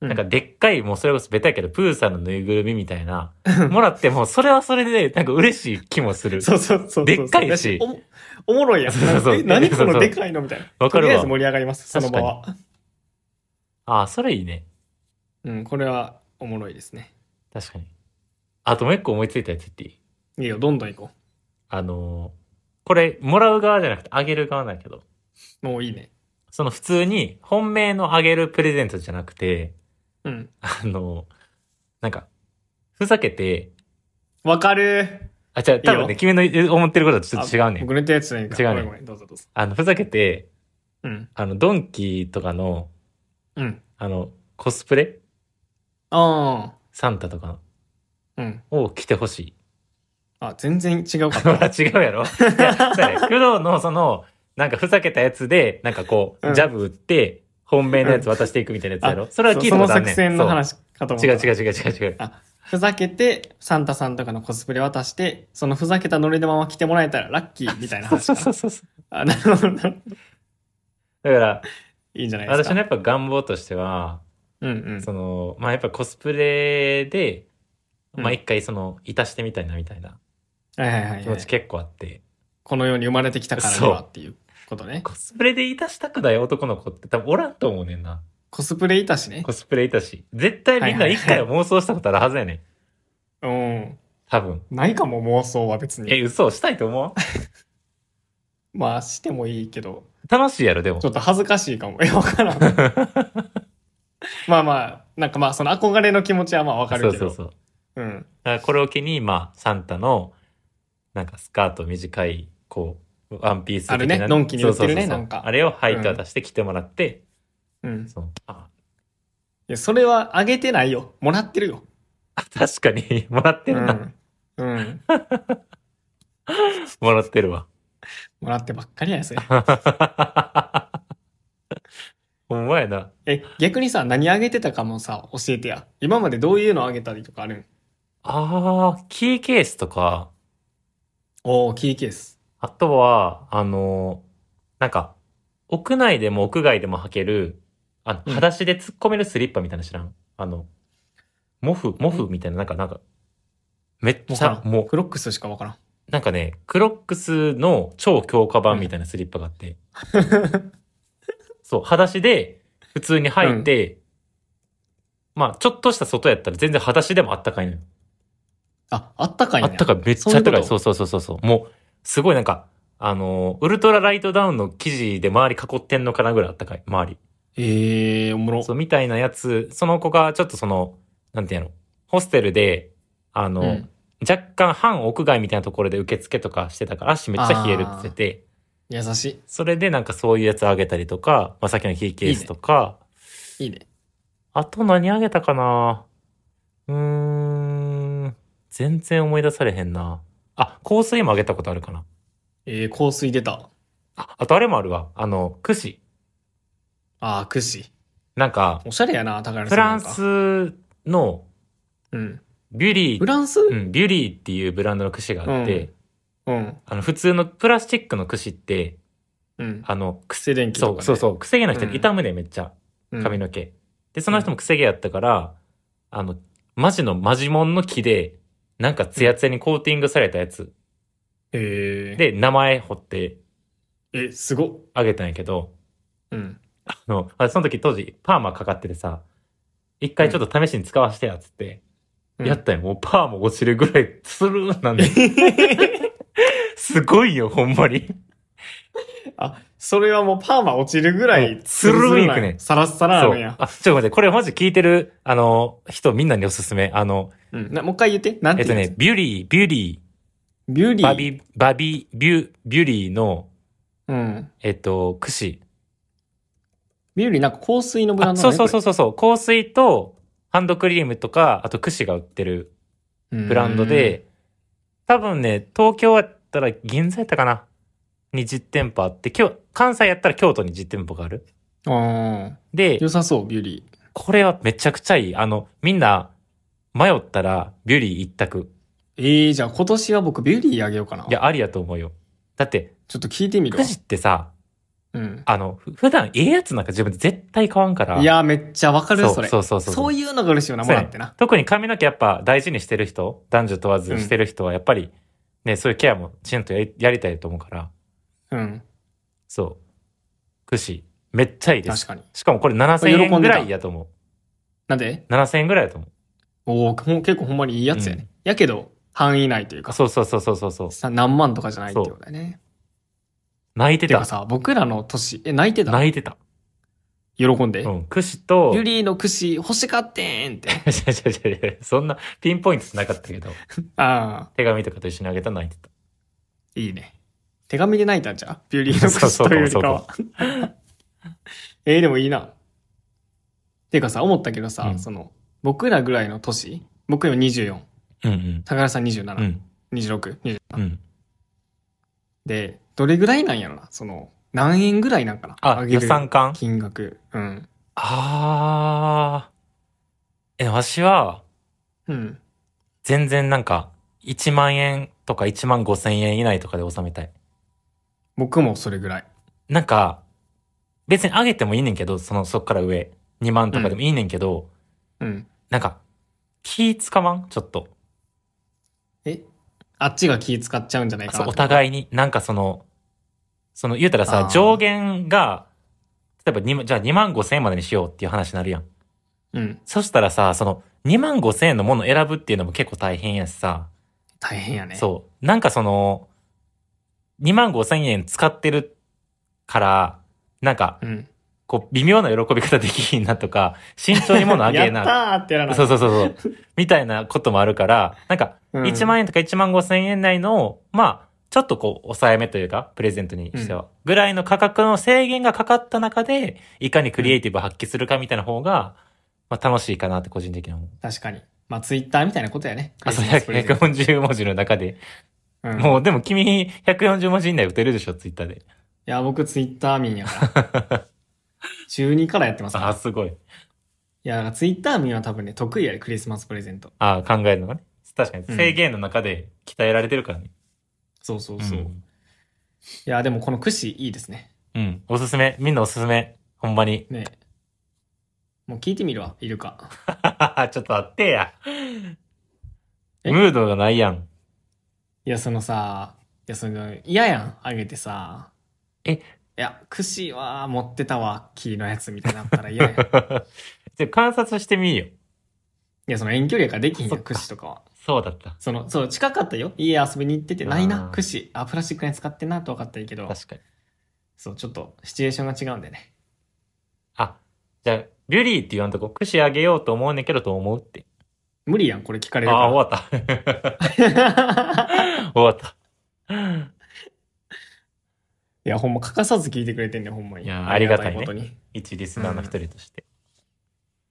Speaker 1: うん
Speaker 2: なんかでっかい、もうそれこそベタやけど、プーさんのぬいぐるみみたいな、もらっても、それはそれで、なんか嬉しい気もする。
Speaker 1: そうそうそうそう。
Speaker 2: でっかいし
Speaker 1: だおもおもろいやん。
Speaker 2: そうそうそう
Speaker 1: え何こ
Speaker 2: そうそ
Speaker 1: の
Speaker 2: う
Speaker 1: でかいのみたいな。
Speaker 2: わか
Speaker 1: と
Speaker 2: るわ
Speaker 1: りあえず盛り上がります、その場は。
Speaker 2: ああ、それいいね。
Speaker 1: うん、これはおもろいですね。
Speaker 2: 確かに。あともう一個思いついたやつ言っていい
Speaker 1: いいよ、どんどん行こ
Speaker 2: あのーこれ、もらう側じゃなくて、あげる側なんやけど、
Speaker 1: う。もういいね。
Speaker 2: その普通に、本命のあげるプレゼントじゃなくて、
Speaker 1: うん。
Speaker 2: あのーなんか、ふざけて、
Speaker 1: わかる
Speaker 2: あ、違う、多分
Speaker 1: いい
Speaker 2: ね、
Speaker 1: よ
Speaker 2: 君の思ってることとちょっと違う
Speaker 1: あ
Speaker 2: ねん
Speaker 1: 僕。の言ったやつじゃないから
Speaker 2: 違うね
Speaker 1: ごめんごめん、どうぞどうぞ。
Speaker 2: あの、ふざけて、
Speaker 1: うん。
Speaker 2: あの、ドンキーとかの、
Speaker 1: うん。
Speaker 2: あの、コスプレ
Speaker 1: あ
Speaker 2: サンタとか
Speaker 1: あ。うん。
Speaker 2: のを着てほしい。
Speaker 1: あ、全然違
Speaker 2: (laughs)
Speaker 1: うかっ
Speaker 2: ほ
Speaker 1: た。
Speaker 2: ら、違うやろいや、そうやね工藤のその、なんかふざけたやつで、なんかこ
Speaker 1: う
Speaker 2: う、
Speaker 1: ん
Speaker 2: ジャブ打って、本命のやつ渡していくみたいなやつやろ、それは聞
Speaker 1: そ
Speaker 2: いた
Speaker 1: の
Speaker 2: ことある
Speaker 1: 作
Speaker 2: ねん
Speaker 1: 戦の話かと思
Speaker 2: そ
Speaker 1: っ
Speaker 2: う
Speaker 1: た。
Speaker 2: 違う違う違う違う違う。
Speaker 1: あ、ふざけて、サンタさんとかのコスプレ渡して、そのふざけたノリのまま来てもらえたらラッキーみたいな話
Speaker 2: そ
Speaker 1: かな。
Speaker 2: うそうそうそう。
Speaker 1: あ、なるほどな。
Speaker 2: だから、
Speaker 1: いいんじゃないです
Speaker 2: 私
Speaker 1: か。
Speaker 2: のやっぱ願望としては、
Speaker 1: うんうん。
Speaker 2: その、まあ、やっぱコスプレで、
Speaker 1: うん
Speaker 2: まあ、一回その、いたしてみたいなみたいな
Speaker 1: はいはいはい
Speaker 2: 気
Speaker 1: は
Speaker 2: 持
Speaker 1: い
Speaker 2: ち。結構あって、
Speaker 1: この世に生まれてきたからには
Speaker 2: そう
Speaker 1: っていうことね。
Speaker 2: コスプレでいたしたくない男の子って多分おらんと思うねんな。
Speaker 1: コスプレいたしね。
Speaker 2: コスプレいたし。絶対みんな一回は妄想したことあるはずやねん。
Speaker 1: うん。
Speaker 2: 多分。
Speaker 1: ないかも妄想は別に
Speaker 2: え、。嘘したいと思う
Speaker 1: まあしてもいいけど。
Speaker 2: 楽しいやろ、でも
Speaker 1: ちょ。っと恥ずかしいかも。え、わからん。まあまあ、なんかまあ、その憧れの気持ちはまあわか
Speaker 2: そ
Speaker 1: る
Speaker 2: う
Speaker 1: け
Speaker 2: そ
Speaker 1: ど。
Speaker 2: うそう。だ
Speaker 1: うん。
Speaker 2: からこれを機に、まあ、サンタの、なんかスカート短い、こう、ワンピース的な。
Speaker 1: あるねのんきに売ってるね
Speaker 2: そうそうそうそう
Speaker 1: なんか
Speaker 2: あれをハイター出して着てもらって、
Speaker 1: うん。い
Speaker 2: そのあ
Speaker 1: や、それはあげてないよ。もらってるよ。
Speaker 2: あ確かに、 (laughs) もらって
Speaker 1: う
Speaker 2: るな。
Speaker 1: ん。うん。
Speaker 2: もらってるわ。 (laughs)
Speaker 1: もらってばっかりや、それ。
Speaker 2: ほんまやな。
Speaker 1: え、逆にさ、何あげてたかもさ、教えてや。今までどういうのあげたりとかあるん
Speaker 2: ああ、キーケースとか、
Speaker 1: おー、キーケース。
Speaker 2: あとは、あの、なんか、屋内でも屋外でも履ける、あ
Speaker 1: う
Speaker 2: の、
Speaker 1: ん
Speaker 2: 裸足で突っ込めるスリッパみたいなの知らんあの、モフ、モフみたいな、なんか、なんか、めっち
Speaker 1: わ
Speaker 2: ゃ
Speaker 1: か、らん
Speaker 2: も
Speaker 1: クロックスしかわからん。
Speaker 2: う、なんかね、クロックスの超強化版みたいなスリッパが
Speaker 1: (laughs)
Speaker 2: あって、そう、裸足で普通に履いて、まあ、ちょっとした外やったら全然裸足でもあったかいのよ。
Speaker 1: あ、あったかい
Speaker 2: あ
Speaker 1: ね。
Speaker 2: ったかい、めっちゃあったかい。そうそうそうそうそう。もう、すごいなんか、あのー、ウルトラライトダウンの生地で周り囲ってんのかなぐらいあったかい、周り。
Speaker 1: ええー、おもろ。
Speaker 2: そう、みたいなやつ、その子がちょっとその、なんていうの、ホステルで、あの、
Speaker 1: うん
Speaker 2: 若干半屋外みたいなところで受付とかしてたから、足めっちゃ冷えるって言ってて、
Speaker 1: 優し
Speaker 2: それでなんかそういうやつあげたりとか、まあ、さっきのキーケースとか、
Speaker 1: い。いいね。
Speaker 2: あと何あげたかなうーん、全然思い出されへんな。あ、香水もあげたことあるかな。
Speaker 1: えー、香水出た。
Speaker 2: あ、あとあれもあるわ。あの、クシ。
Speaker 1: あー、くし。
Speaker 2: なんか、
Speaker 1: おしゃれやな、高原さ
Speaker 2: フ
Speaker 1: んな
Speaker 2: ラ
Speaker 1: ん
Speaker 2: ン
Speaker 1: か。
Speaker 2: スの
Speaker 1: うん。
Speaker 2: ビュリ
Speaker 1: フ
Speaker 2: ー、
Speaker 1: ランス
Speaker 2: う、
Speaker 1: うん
Speaker 2: ビュリーっていうブランドの櫛があって、
Speaker 1: ううん。
Speaker 2: あの、普通のプラスチックの櫛って、
Speaker 1: うん。
Speaker 2: あの、く
Speaker 1: 癖電気
Speaker 2: そ
Speaker 1: とか、
Speaker 2: う
Speaker 1: ね。
Speaker 2: そうそう、くせ毛の人
Speaker 1: うん
Speaker 2: 痛むね、めっちゃ、
Speaker 1: うん。
Speaker 2: 髪の毛。で、その人もくせ毛やったから、あの、マジのマジモンの木で、なんかツヤツヤにコーティングされたやつ。
Speaker 1: えー、
Speaker 2: で、名前彫って
Speaker 1: え、すごっ。
Speaker 2: あげたんやけど、
Speaker 1: うん。
Speaker 2: あの、あその時当時パーマかかっててさ、一回ちょっと試しに使わせてや、つって。やったよ。もうパーも落ちるぐらいツルーなんで。すごいよ、ほんまに。
Speaker 1: あ、 (laughs) それはもうパーマ落ちるぐら
Speaker 2: も、
Speaker 1: いう
Speaker 2: つるるいくね
Speaker 1: サラッサラあ
Speaker 2: そ
Speaker 1: るん
Speaker 2: う。
Speaker 1: や。
Speaker 2: あ、ちょっと待って、これマジ聞いてる、あの、人みんなにおすすめ。あの、
Speaker 1: うん。なもう一回言って。なんて
Speaker 2: えっ
Speaker 1: いう
Speaker 2: と
Speaker 1: やつ
Speaker 2: ね、ビュリー、ビュリ
Speaker 1: ビューリー。
Speaker 2: ー、バビ、バビ、ビュ、ビュリーの、
Speaker 1: うん。
Speaker 2: えっと、くし。
Speaker 1: ビューリーなんか香水のブラン
Speaker 2: あ
Speaker 1: ド
Speaker 2: そうそうそううそうそう。香水と、ハンドクリームとか、あとくしが売ってる
Speaker 1: そう。
Speaker 2: ブランドで、多分ね、東京やったら銀座やったかなに実店舗あって、今日、関西やったら京都に実店舗がある。
Speaker 1: うーん。あー、
Speaker 2: で
Speaker 1: 良さそう、ビューリー。
Speaker 2: これはめちゃくちゃいい。あの、みんな、迷ったら、ビュリー一択。
Speaker 1: えー、じゃあ今年は僕ビューリーあげようかな。
Speaker 2: いや、ありやと思うよ。だって、
Speaker 1: ちょっと聞いてみる
Speaker 2: く
Speaker 1: わ。
Speaker 2: じってさ、
Speaker 1: うん。
Speaker 2: あの、ふ普段ええやつなんか自分で絶対買わんから。
Speaker 1: い、やー、めっちゃわかる
Speaker 2: そ
Speaker 1: よ、
Speaker 2: う
Speaker 1: それ。
Speaker 2: そ
Speaker 1: そう
Speaker 2: そうそう。
Speaker 1: ういうのが嬉しいよな、も
Speaker 2: そうや
Speaker 1: ら
Speaker 2: ね
Speaker 1: ってな。
Speaker 2: 特に髪の毛やっぱ大事にしてる人、男女問わずしてる人は、やっぱり、ね、そういうケアもちゃんとやりやりたいと思うから、
Speaker 1: うん。
Speaker 2: そう。くじ、めっちゃいいで
Speaker 1: 確
Speaker 2: す。
Speaker 1: かに。
Speaker 2: しかもこれ7000
Speaker 1: 喜んでた
Speaker 2: 円ぐらいやと思
Speaker 1: なんで
Speaker 2: う。7000円ぐらいやと思う。
Speaker 1: おー、もう結構ほんまにいいやつやね。
Speaker 2: う
Speaker 1: やけど、範囲内という
Speaker 2: あ
Speaker 1: か、
Speaker 2: そうそうそうそうそうそう。
Speaker 1: さ何万とかじゃないってことだよね。
Speaker 2: 泣いて
Speaker 1: てか
Speaker 2: た。
Speaker 1: さ、僕らの年、え、泣いてた
Speaker 2: 泣いてた。
Speaker 1: 喜んで
Speaker 2: う。ん。くじと、
Speaker 1: ユリーの櫛欲しかってんって。
Speaker 2: いやいやいやいや (laughs) そんなピンポイントじゃなかったけど、
Speaker 1: ああ、
Speaker 2: 手紙とかと一緒にあげたの泣いてた。
Speaker 1: いいね。手紙で泣いたんじゃんビューリーの櫛というよりかは。 (laughs) えー、でもいいな。てかさ、思ったけどさ、
Speaker 2: うん
Speaker 1: その、僕らぐらいの年、僕今24、
Speaker 2: うん
Speaker 1: 高田さん
Speaker 2: うん。う
Speaker 1: 27、
Speaker 2: ん。
Speaker 1: 26、27。
Speaker 2: うん。
Speaker 1: で、どれぐらいなんやろなその、何円ぐらいなんかな
Speaker 2: あ、予算感
Speaker 1: 金額。うん。
Speaker 2: あー。え、わしは、
Speaker 1: うん。
Speaker 2: 全然なんか、1万円とか1万5千円以内とかで収めたい。
Speaker 1: 僕もそれぐらい。
Speaker 2: なんか、別にあげてもいいねんけど、その、そっから上。2万とかでもいいねんけど、
Speaker 1: うん。
Speaker 2: なんか、気つかまんちょっと。
Speaker 1: えあっちが気使っちゃうんじゃないか
Speaker 2: そ
Speaker 1: な
Speaker 2: う、お
Speaker 1: い。
Speaker 2: 互いに、なんかその、その、言うたら
Speaker 1: あ
Speaker 2: さ
Speaker 1: ー、
Speaker 2: 上限が、例えば2、じゃあ2万5千円までにしようっていう話になるやん。
Speaker 1: うん。
Speaker 2: そしたらさ、その、2万5千円のものを選ぶっていうのも結構大変やしさ、
Speaker 1: 大変やね。
Speaker 2: そう。なんかその、2万5千円使ってるから、なんか、
Speaker 1: うん。
Speaker 2: こう、微妙な喜び方できひんなとか、慎重に物あげえ
Speaker 1: (laughs) やった
Speaker 2: な。
Speaker 1: ーってやらない。
Speaker 2: そうそうそうそう。みたいなこともあるから、なんか、
Speaker 1: うん
Speaker 2: 1万円とか1万5千円内の、まあ、ちょっとこう、抑えめというか、プレゼントにしては、ぐらいの価格の制限がかかった中で、いかにクリエイティブを発揮するかみたいな方が、まあ、楽しいかなって個人的に思う。
Speaker 1: 確かに。まあ、ツイッターみたいなことやね。
Speaker 2: あ、そ
Speaker 1: ク
Speaker 2: う、
Speaker 1: リスマスプレゼン
Speaker 2: 140文字の中で。
Speaker 1: トうん
Speaker 2: もう、でも君、140文字以内打てるでしょ、ツイッターで。
Speaker 1: いや、僕ツイッター民やから。
Speaker 2: (laughs)
Speaker 1: 中2からやってますから。
Speaker 2: あ、すごい。
Speaker 1: いや、ツイッター民は多分ね、得意やで、クリスマスプレゼント。
Speaker 2: あ考えるのがね。確かに、
Speaker 1: うん
Speaker 2: 制限の中で鍛えられてるからね。
Speaker 1: そうそう
Speaker 2: うん、
Speaker 1: そう。いや、でもこの櫛いいですね。
Speaker 2: うん。おすすめ。みんなおすすめ。ほんまに。 (laughs)
Speaker 1: ねもう聞いてみるわ、いるか。
Speaker 2: ちょっと待ってや。
Speaker 1: え
Speaker 2: ムードがないやん。
Speaker 1: いや、そのさ、いや、その、嫌やん、あげてさ。
Speaker 2: え
Speaker 1: いや、櫛は持ってたわ、キーのやつみたいになったら
Speaker 2: (laughs)
Speaker 1: 嫌やん。い
Speaker 2: ちょ観察してみいよ。
Speaker 1: や、その遠距離やからできひんや
Speaker 2: そ
Speaker 1: ん、
Speaker 2: っか
Speaker 1: 櫛とかは。
Speaker 2: そうだった。
Speaker 1: その、そう、近かったよ。家遊びに行ってて、
Speaker 2: あー
Speaker 1: ないな、櫛。あ、プラスチックのやつ使ってんな、と分かったらいいけど、
Speaker 2: 確かに。
Speaker 1: そう、ちょっと、シチュエーションが違うんでね。
Speaker 2: あ、じゃあ、リュリーって言わんとこ、串あげようと思うねんけどと思うって。
Speaker 1: 無理やん、これ聞かれるから。
Speaker 2: ああ、終わった。 (laughs) 終わった。
Speaker 1: (laughs)
Speaker 2: (laughs)
Speaker 1: いや、ほんま欠かさず聞いてくれてんねんほんまに。
Speaker 2: いやありがたいね
Speaker 1: ことに。
Speaker 2: 一リスナーの一人として。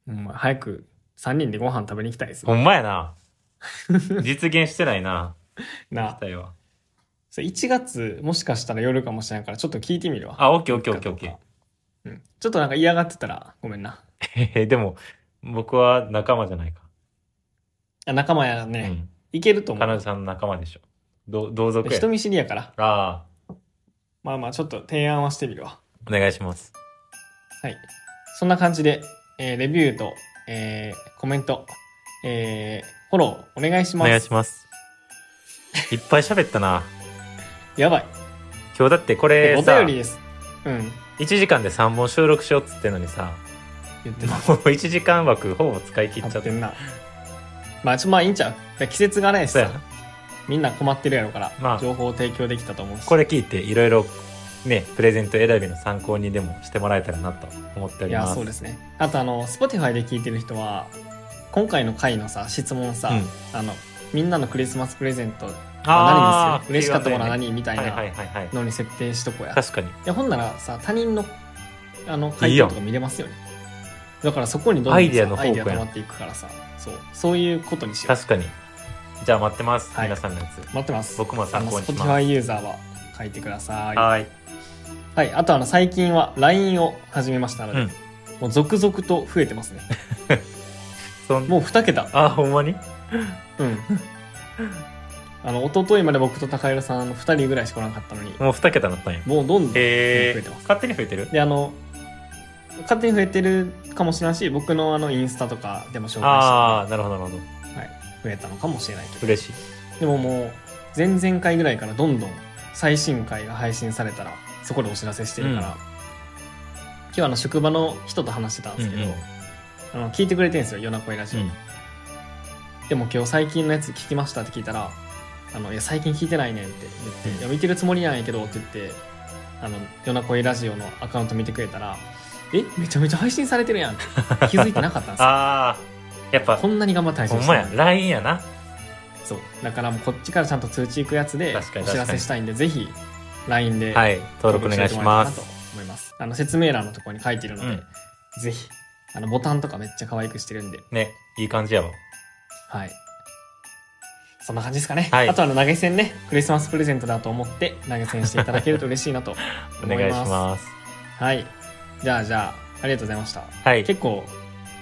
Speaker 1: ほんま、早く3人でご飯食べに行きたいです。
Speaker 2: ほんま
Speaker 1: (laughs)
Speaker 2: やな。実現してないな。
Speaker 1: なあ
Speaker 2: 期、待は。
Speaker 1: それ1月もしかしたら夜かもしれないから、ちょっと聞いてみるわ。
Speaker 2: あ、オッケーオッケーオッケーオッケー。
Speaker 1: うん。ちょっとなんか嫌がってたら、ごめんな。
Speaker 2: え (laughs) ーでも、僕は仲間じゃないか。
Speaker 1: あ仲間や
Speaker 2: う
Speaker 1: ね、
Speaker 2: ん。
Speaker 1: いけると思
Speaker 2: 彼女
Speaker 1: う。
Speaker 2: さんの仲間でしょ。ど同族や
Speaker 1: 人。見知りやから。
Speaker 2: ああ、
Speaker 1: まあまあ、ちょっと提案はしてみるわ。
Speaker 2: お願いします。
Speaker 1: はい。そんな感じで、えーレビューと、えーコメント、えーフォローお願いし
Speaker 2: お
Speaker 1: ます。
Speaker 2: 願いします。いっぱい喋ったな。
Speaker 1: やばい。
Speaker 2: 今日だってこれ
Speaker 1: お
Speaker 2: さ、
Speaker 1: 便り
Speaker 2: 1
Speaker 1: です。うん。
Speaker 2: 時間で3本収録しようっつってんのにさ、
Speaker 1: 言ってます。
Speaker 2: もう1時間枠ほぼ使い切っちゃ
Speaker 1: 買って
Speaker 2: っ
Speaker 1: て
Speaker 2: る。
Speaker 1: んな。まあ、ちょ、まあいいんちゃういや季節がないし
Speaker 2: そうや
Speaker 1: さ
Speaker 2: な。。
Speaker 1: みんな困ってるやろから、
Speaker 2: まあ
Speaker 1: 情報を提供できたと思うし。
Speaker 2: これ聞いていろいろね、プレゼント選びの参考にでもしてもらえたらなと思ってお
Speaker 1: い
Speaker 2: り
Speaker 1: や、
Speaker 2: ます。
Speaker 1: そうですね。あと、あの、Spotify で聞いてる人は、今回の回のさ、質問さ、
Speaker 2: うん
Speaker 1: あの、みんなのクリスマスプレゼント、
Speaker 2: あ
Speaker 1: 何に
Speaker 2: ー
Speaker 1: する嬉しかったものは
Speaker 2: ね
Speaker 1: 何みたい
Speaker 2: はいはい
Speaker 1: な
Speaker 2: はいはい。
Speaker 1: のに設定しとこうや。い
Speaker 2: 確かに。
Speaker 1: や、ほんならさ、他人の、あの、
Speaker 2: い
Speaker 1: 回
Speaker 2: いやん
Speaker 1: 答とか見れますよね。だからそこにどんどんさ
Speaker 2: アイデアの方向
Speaker 1: ア
Speaker 2: や
Speaker 1: イデア溜まっていくからさ、そう、そういうことにしよう。
Speaker 2: 確かに。じゃあ待ってます。
Speaker 1: はい
Speaker 2: 皆さんのやつ。
Speaker 1: 待ってます。
Speaker 2: 僕も
Speaker 1: あ
Speaker 2: 参
Speaker 1: の、
Speaker 2: 考にします。
Speaker 1: Spotify ユーザーは書いてください。
Speaker 2: はい。
Speaker 1: はい、あとあの最近は LINE を始めましたの
Speaker 2: う
Speaker 1: で、
Speaker 2: ん。
Speaker 1: もう続々と増えてますね。
Speaker 2: そん
Speaker 1: もう2桁。
Speaker 2: あ、ほんまに
Speaker 1: うん。 (laughs) あの、一昨日まで僕と高弘さんの2人ぐらいしかおらなかったのに、
Speaker 2: もう2桁なったんや。
Speaker 1: もうどんどん増
Speaker 2: へ
Speaker 1: え
Speaker 2: え
Speaker 1: てます。
Speaker 2: 勝手に増えてる
Speaker 1: で、あの、勝手に増えてるかもしれないし、僕のあのインスタとかでも紹介して、
Speaker 2: あ
Speaker 1: は
Speaker 2: あ、なるほど、なるほど。
Speaker 1: い、増えたのかもしれないけど。
Speaker 2: 嬉しい。
Speaker 1: でももう、前々回ぐらいからどんどん最新回が配信されたら、そこでお知らせしてるから、
Speaker 2: うん
Speaker 1: 今日あの職場の人と話してたんですけど、
Speaker 2: うんうん
Speaker 1: あの聞いてくれてるんですよ、夜な恋ラジオ。でも今日最近のやつ聞きましたって聞いたら、あの、いや、最近聞いてないねんって言って、
Speaker 2: うん
Speaker 1: いや、見てるつもりなんやけどって言って、あの、夜な恋ラジオのアカウント見てくれたら、え、めちゃめちゃ配信されてるやん
Speaker 2: (laughs)
Speaker 1: って気づいてなかったんですよ。
Speaker 2: ああ、やっぱ、
Speaker 1: こ
Speaker 2: ほ
Speaker 1: んなに頑張って配信
Speaker 2: ん
Speaker 1: して
Speaker 2: ま
Speaker 1: る
Speaker 2: や、LINE やな。
Speaker 1: そう。だからもうこっちからちゃんと通知行くやつで
Speaker 2: 確か
Speaker 1: お
Speaker 2: に
Speaker 1: 知らせしたいんで、ぜひ LINE で、
Speaker 2: はい、登録お願い
Speaker 1: 登録。
Speaker 2: します
Speaker 1: てもらえたらなと思います。あの、説明欄のところに書いてるので、
Speaker 2: うん
Speaker 1: ぜひ、あの、ボタンとかめっちゃ可愛くしてるんで、
Speaker 2: ね、いい感じやわ。
Speaker 1: はい。そんな感じですかね。
Speaker 2: はい
Speaker 1: あとはあの投げ銭ね、クリスマスプレゼントだと思って投げ銭していただけると嬉しいな
Speaker 2: (laughs)
Speaker 1: と
Speaker 2: お
Speaker 1: 思います。
Speaker 2: 願いします。
Speaker 1: はい。じゃあじゃあ、ありがとうございました。
Speaker 2: はい。
Speaker 1: 結構、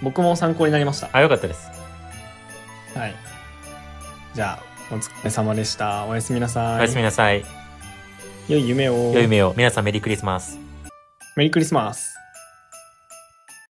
Speaker 1: 僕も参考になりました。
Speaker 2: あ、よかったです。
Speaker 1: はい。じゃあ、お疲れ様でした。おやすみなさい。
Speaker 2: おやすみなさい。
Speaker 1: 良い夢を。
Speaker 2: 良い夢を。皆さんメリークリスマス。
Speaker 1: メリークリスマス。